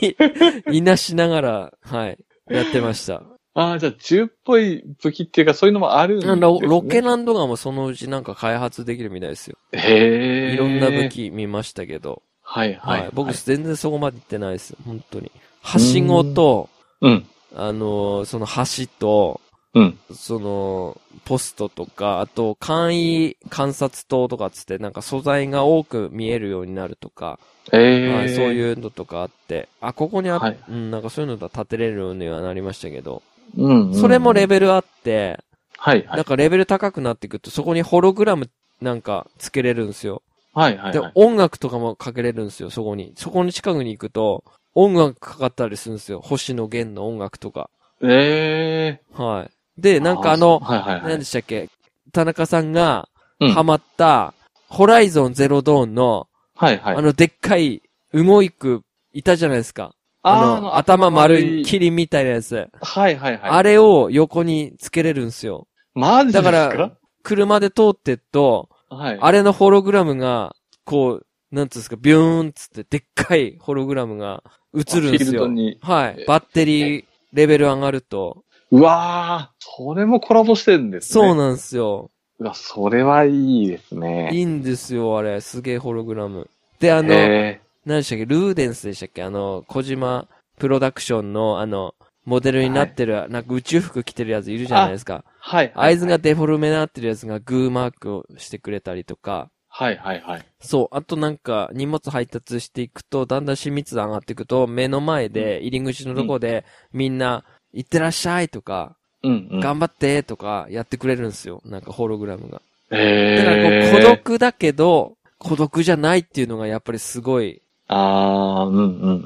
[LAUGHS] いなしながら、はい、やってました。あ。ああ、じゃあ、銃っぽい武器っていうか、そういうのもあるんです、ね、ロロケランドガンもそのうちなんか開発できるみたいですよ。へえ。いろんな武。器見ましたけど。はい、は、はいい、はい。僕全然そこまで行ってないです。本当に。はしごと、うん。あのーその橋と、うん。その、ポストとか、あと、簡易観察塔とかつって、なんか素材が多く見えるようになるとか、ええ、はい、そうう。いうのとかあって、あ、ここにあ、はいうん、なんかそういうのだ立てれるようにはなりましたけど、うん、うん。それもレベルあって、はい、はなんい。かレベル高くなっていくと、そこにホログラムなんかつけれるんですよ。はい、はい、ではい。、音楽とかもかけれるんですよ、そこに。そこの近くに行くと、音楽かかったりするんですよ。星野源の音楽とか。ええはい。で、なんかあの、はい、はい、は何いで。したっけ、田中さんがうんハマった、ホライゾンゼロドーンの、はい、はい。あの、でっかい、動いく、いたじゃないですか。あーの、頭丸い、きキリンみたいなやつ。はいはいはい。あれを横につけれるんですよ。マジですかだから車で通ってっと、はい。 [LAUGHS] あれのホログラムが、こう、なんつうんですか、ビューンっつって、でっかいホログラムが映るんでフィーすルドよ。にはいえ。バッテリーレベル上がると。うわー、それもコラボしてるんですね。そうななんですよ。うわ、それはいいですね。いいんですよ、あれ。すげえホログラム。で、あの、え何でしたっけ、ルーデンスでしたっけあの、小島プロダクションの、あの、モデルになってる、なんか宇宙服着てるやついるじゃないですか。ー、はい。合図がデフォルメになってるやつがグーマークをしてくれたりとか。はいはいはい。そう。あとなんか、荷物配達していくと、だんだん親密度上がっていくと、目の前で、入り口のとこで、みんな、行ってらっしゃいとか、うん、うん。頑張ってとか、やってくれるんですよ。なんか、ホログラムが。だからえこう、ー、孤。独だけど、孤独じゃないっていうのがやっぱりすごい。あー、うんうんう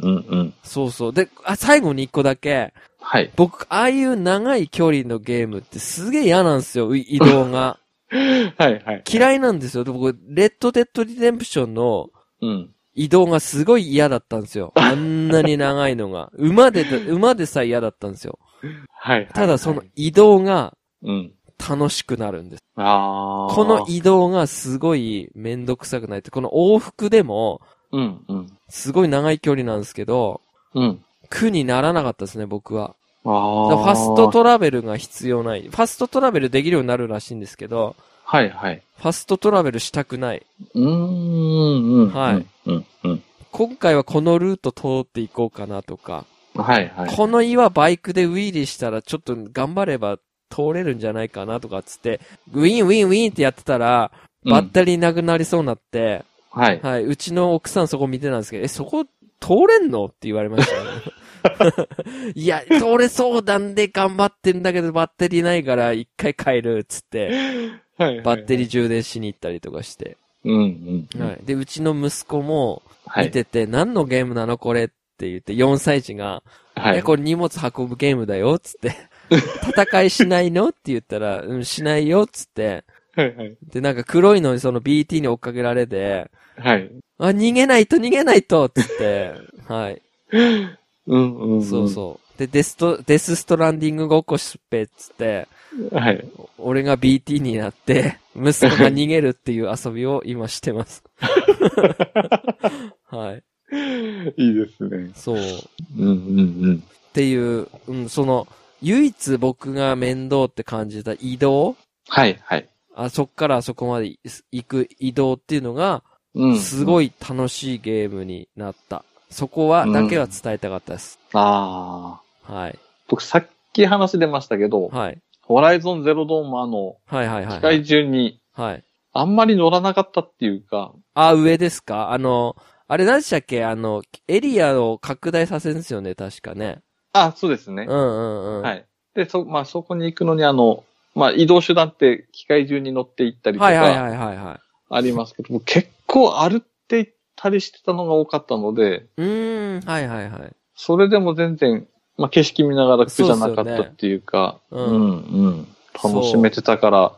んうん。そうそう。で、あ、最後に一個だけ、はい。 [LAUGHS] 僕、ああいう長い距離のゲームってすげえ嫌なんですよ、い移動 [LAUGHS] が。はいはい。嫌いなんですよ。で僕、レッドデッドリデンプションの、うん。移動がすごい嫌だったんです [LAUGHS] よ。あんなに長いのが。馬でだ、馬でさえ嫌だったんですよ。はいはい。ただその、移動がうん。楽しくなるんです。あー。この、移動がすごいめんどくさくないって、この往復でも、うんうん。すごい長い距離なんですけど、うん。苦にならなかったですね、僕は。あだー。からファストトラベルが必要ない。ファストトラベルできるようになるらしいんですけど、はいはい。ファストトラベルしたくない。うーん、うん。はい。うんうん。今回はこのルート通っていこうかなとか、はいはい。この岩バイクでウィーリーしたらちょっと頑張れば通れるんじゃないかなとかっつって、ウィンウィンウィンってやってたら、バッテリーなくなりそうになって、はい。はいうちの奥さんそこ見てたんですけど、え、そこ通れんのって言われま [LAUGHS] したね。 [LAUGHS] いや、通れそうなんで頑張ってんだけどバッテリーないから一回帰るっつって、はい。バッテリー充電しに行ったりとかして。うんうん。はい。で、うちの息子もは見い。てて、何のゲームなのこれって言って、4歳児が、はい。え、これ荷物運ぶゲームだよ、つ [LAUGHS] って。戦いしないのって言ったら、うん、しないよ、つって。はいはい。で、なんか黒いのにその BT に追っかけられて、はい。あ、逃げないと逃げないと、つって。はい。うんうんうん。そうそう。で、デスト、デスストランディングごっこしっぺっつって、はい。俺が BT になって、息子が逃げるっていう遊びを今して [LAUGHS] ます。はい。いいですね。そう。っうんうんていう、うん、その、唯一僕が面倒って感じた移動はいはい。あそっからあそこまで行く移動っていうのが、うん。すい。ごい楽しいゲームになった。そこは、だけは伝えたかったです。ああ。はい。僕さっき話出ましたけど、はい。ホライゾンゼロドームあの、はいはいはい機はい。械順にはい。あんまり乗らなかったっていうか、あ、上ですかあの、あれ何でしたっけあの、エリアを拡大させるんですよね、確かね。あ、そうですうねん。うんうん。はい。で、そ、まあそこに行くのにあの、まあ移動手段って機械順に乗って行ったりとはいはいかはいはいはありますけど、結構歩って行ったりしてたのが多かったので、い。うーん、はいはいはい。それでも全然、まあ、景色見ながら苦じゃなかったっていうか、うそうっすよねん、うん。楽しめてたから、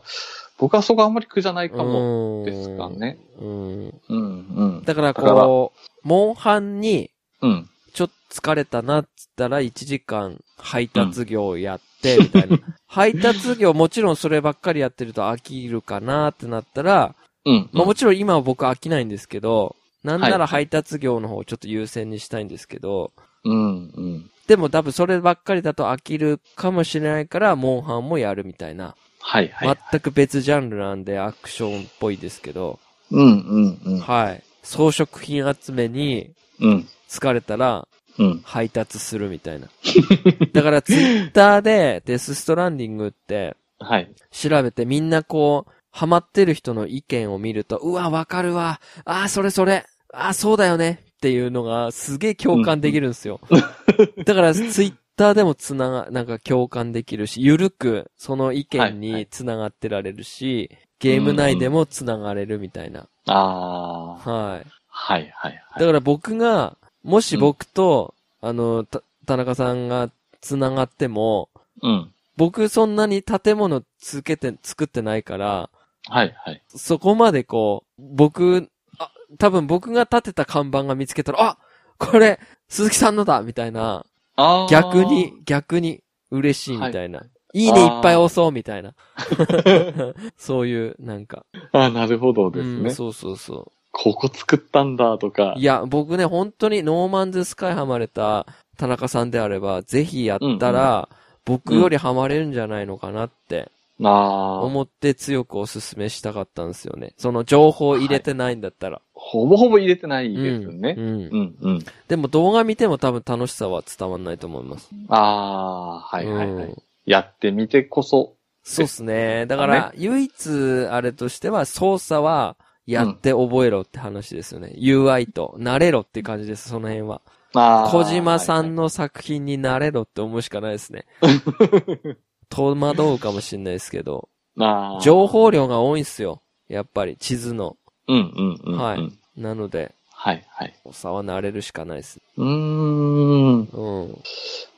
僕はそこあんまり苦じゃないかももですか。ね。うん。うん、うん。だからだからこう、モンハンに、うん。ちょっと疲れたなっつったら1時間配達業やって、 [LAUGHS] みたいな。配達業もちろんそればっかりやってると飽きるかなってなったら、うん。まあもちろん今は僕飽きないんですけど、なんなはら配達業の方をちょっと優先にしたいんですけど、うん、うん。でも多分そればっかりだと飽きるかもしれないから、モンハンもやるみたいな。はい、はい。全く別ジャンルなんでアクションっぽいですけど、うん、うん、うん。はい。装飾品集めにうん、疲れたらうん。配達するみたいな。だからツイッターでデスストランディングってはい。調べてみんなこう、ハマってる人の意見を見ると、うわ、わかるわ。ああ、それそれ。ああ、そうだよね。っていうのがすげえ共感できるんですよ。だからツイッターでもつなが、なんか共感できるし、ゆるくその意見はいはいにつながってられるし、ゲーム内でもつながれるみたいな。あー。はい。はい、はい、はい。だから僕が、もし僕と、あの、た田中さんが繋がっても、うん。僕そんなに建物つけて、作ってないから、はい、はい。そこまでこう、僕、あ、多分僕が建てた看板が見つけたら、あこれ、鈴木さんのだみたいな、あー逆に、。逆に、嬉しいみたいな。い、いねいっぱい押そうみたい [LAUGHS] な。そういう、なんか。あーなるほどでうん、すね。そうそうそう。ここ作ったんだとか [LAUGHS] い。や、僕ね、本当にノーマンズスカイハマれた田中さんであれば、ぜひやったら、僕よりハマれるんじゃないのかなってあー。思って強くおすすめしたかったんですよね。その情報入れてないんだったら。ほぼほぼ入れてないいですねう。ん。うん、うん。でも動画見ても多分楽しさは伝わんないと思います。ああ、はいはいはい。うんやってみてこそ。そうっすね。だから、唯一あれとしては操作はやって覚えろって話ですよね。UI と慣れろって感じです、その辺は。あー小島さんの作品になれろって思うしかないです [LAUGHS] ね。戸惑うかもしれないですけど、はいはいあー情報量が多いんすよ。やっぱり、地図の。うんうんうんうん。ははいい。なので、はいはい。差は慣れるしかないです。うーん。うん。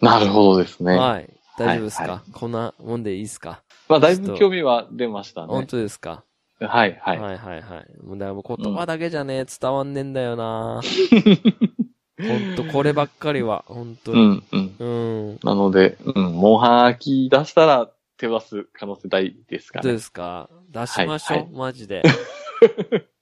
なるほどですね。はい。大丈夫ですか、はいはこんなもんでいいですか、まあ、だいぶ興味は出ました本ね。当ですかはいははいい。はいはいもうだいぶ言葉だけじゃね、伝わんねえんだよ [LAUGHS] なほんと、こればっかりは、本当うに。んうん。うん。なので、うん、モンハン飽き出したら手出す可能性大ですかどうねで。すか出しましょう、はいはマジ [LAUGHS] で。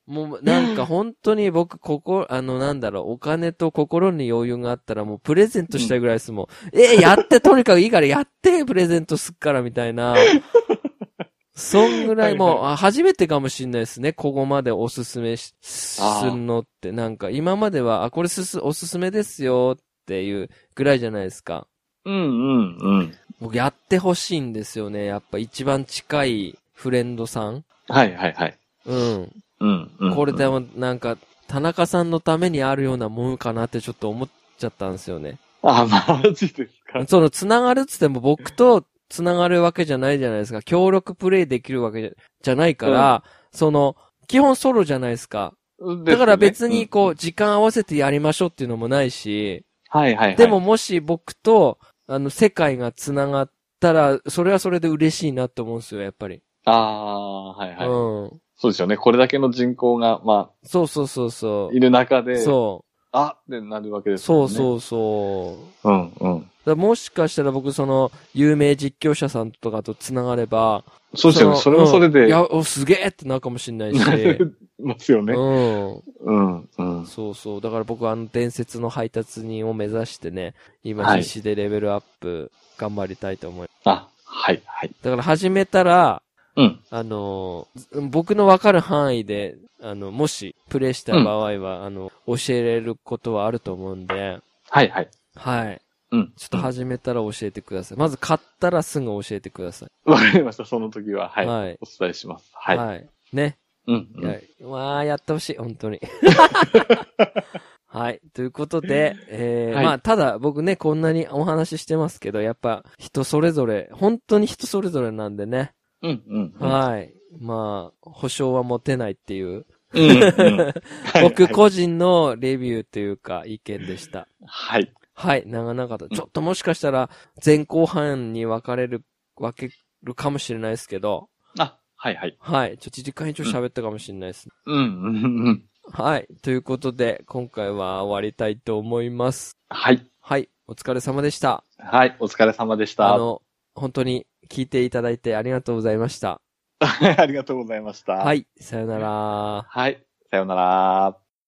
もう、なんか本当に僕、ここ、あの、なんだろう、お金と心に余裕があったら、もうプレゼントしたいぐらいです、も [LAUGHS] う。えーやって、とにかくいいからやって、プレゼントすっから、みたい [LAUGHS] な。そんぐらいもう、あ初めてかもしんないですね、ここまでおすすめし、すあーるのって。なんか、今までは、あ、これすす、おすすめですよ、っていうぐらいじゃないですか。うんうんうん。僕やってほしいんですよね。やっぱ一番近いフレンドさん。はいはいはい。うん。うんうん。これでもなんか、田中さんのためにあるようなもんかなってちょっと思っちゃったんですよね。あ、マジですか。その、繋がるっつっても僕と繋がるわけじゃないじゃないですか。協力プレイできるわけじゃじゃないから、その、基本ソロじゃないですか。 [LAUGHS] だから別にこうう、時間合わせてやりましょうっていうのもないし、ん。はいはいはい。でも、もし僕と、あの、世界が繋がったら、それはそれで嬉しいなって思うんですよ、やっぱり。ああー、はいはい。うん。そうですよね。これだけの人口が、まそうそうそうそあ、いる中で、う。そあってなるわけう。ですそもんうね。そうそうんうん。からもしかしたら僕、その、有名実況者さんとかと繋がれば、そうですよね。のそれもそれうんいで、や、お、すげえってなるかもしれないし。 [LAUGHS] なりますよね。うん。うん、うん。そうそう。だから僕はあの伝説の配達人を目指してね、今はい必死でレベルアップ頑張りたいと思います。あ、はい、はい。だから始めたら、うん。あのー、ず僕のわかる範囲で、あの、もしプレイした場合は、あの、教えれることはあると思うんで、はい、はい。はい。うん。ちょっと始めたら教えてください。まず買ったらすぐ教えてください。わかりました。その時は、はい。はいお伝えします。はい。ね。うん、いうやん。まあ、やってほしい、本 [LAUGHS] 当に。はい。ということで、えーはいまあ、ただ僕ね、こんなにお話ししてますけど、やっぱ人それぞれ、本当に人それぞれなんでね。うん、うん。はい。まあ、保証は持てないっていう、うん、うん。は [LAUGHS] い僕個人のレビューというか、意見でした。はい。はい、長々と。ちょっともしかしたら、前後半に分かれる、分けるかもしれないですけど、あ、はい、はい。はい。ちょっと1時間以上喋ったかもしれないですねうん、うん、うん。はい。ということで、今回は終わりたいと思います。はい。はい。お疲れ様でした。はい。お疲れ様でしあ [LAUGHS] た。の、本当に聞いていただいてありがとうございました。ありがとうございました。はい。さよなら。はい。さようなら。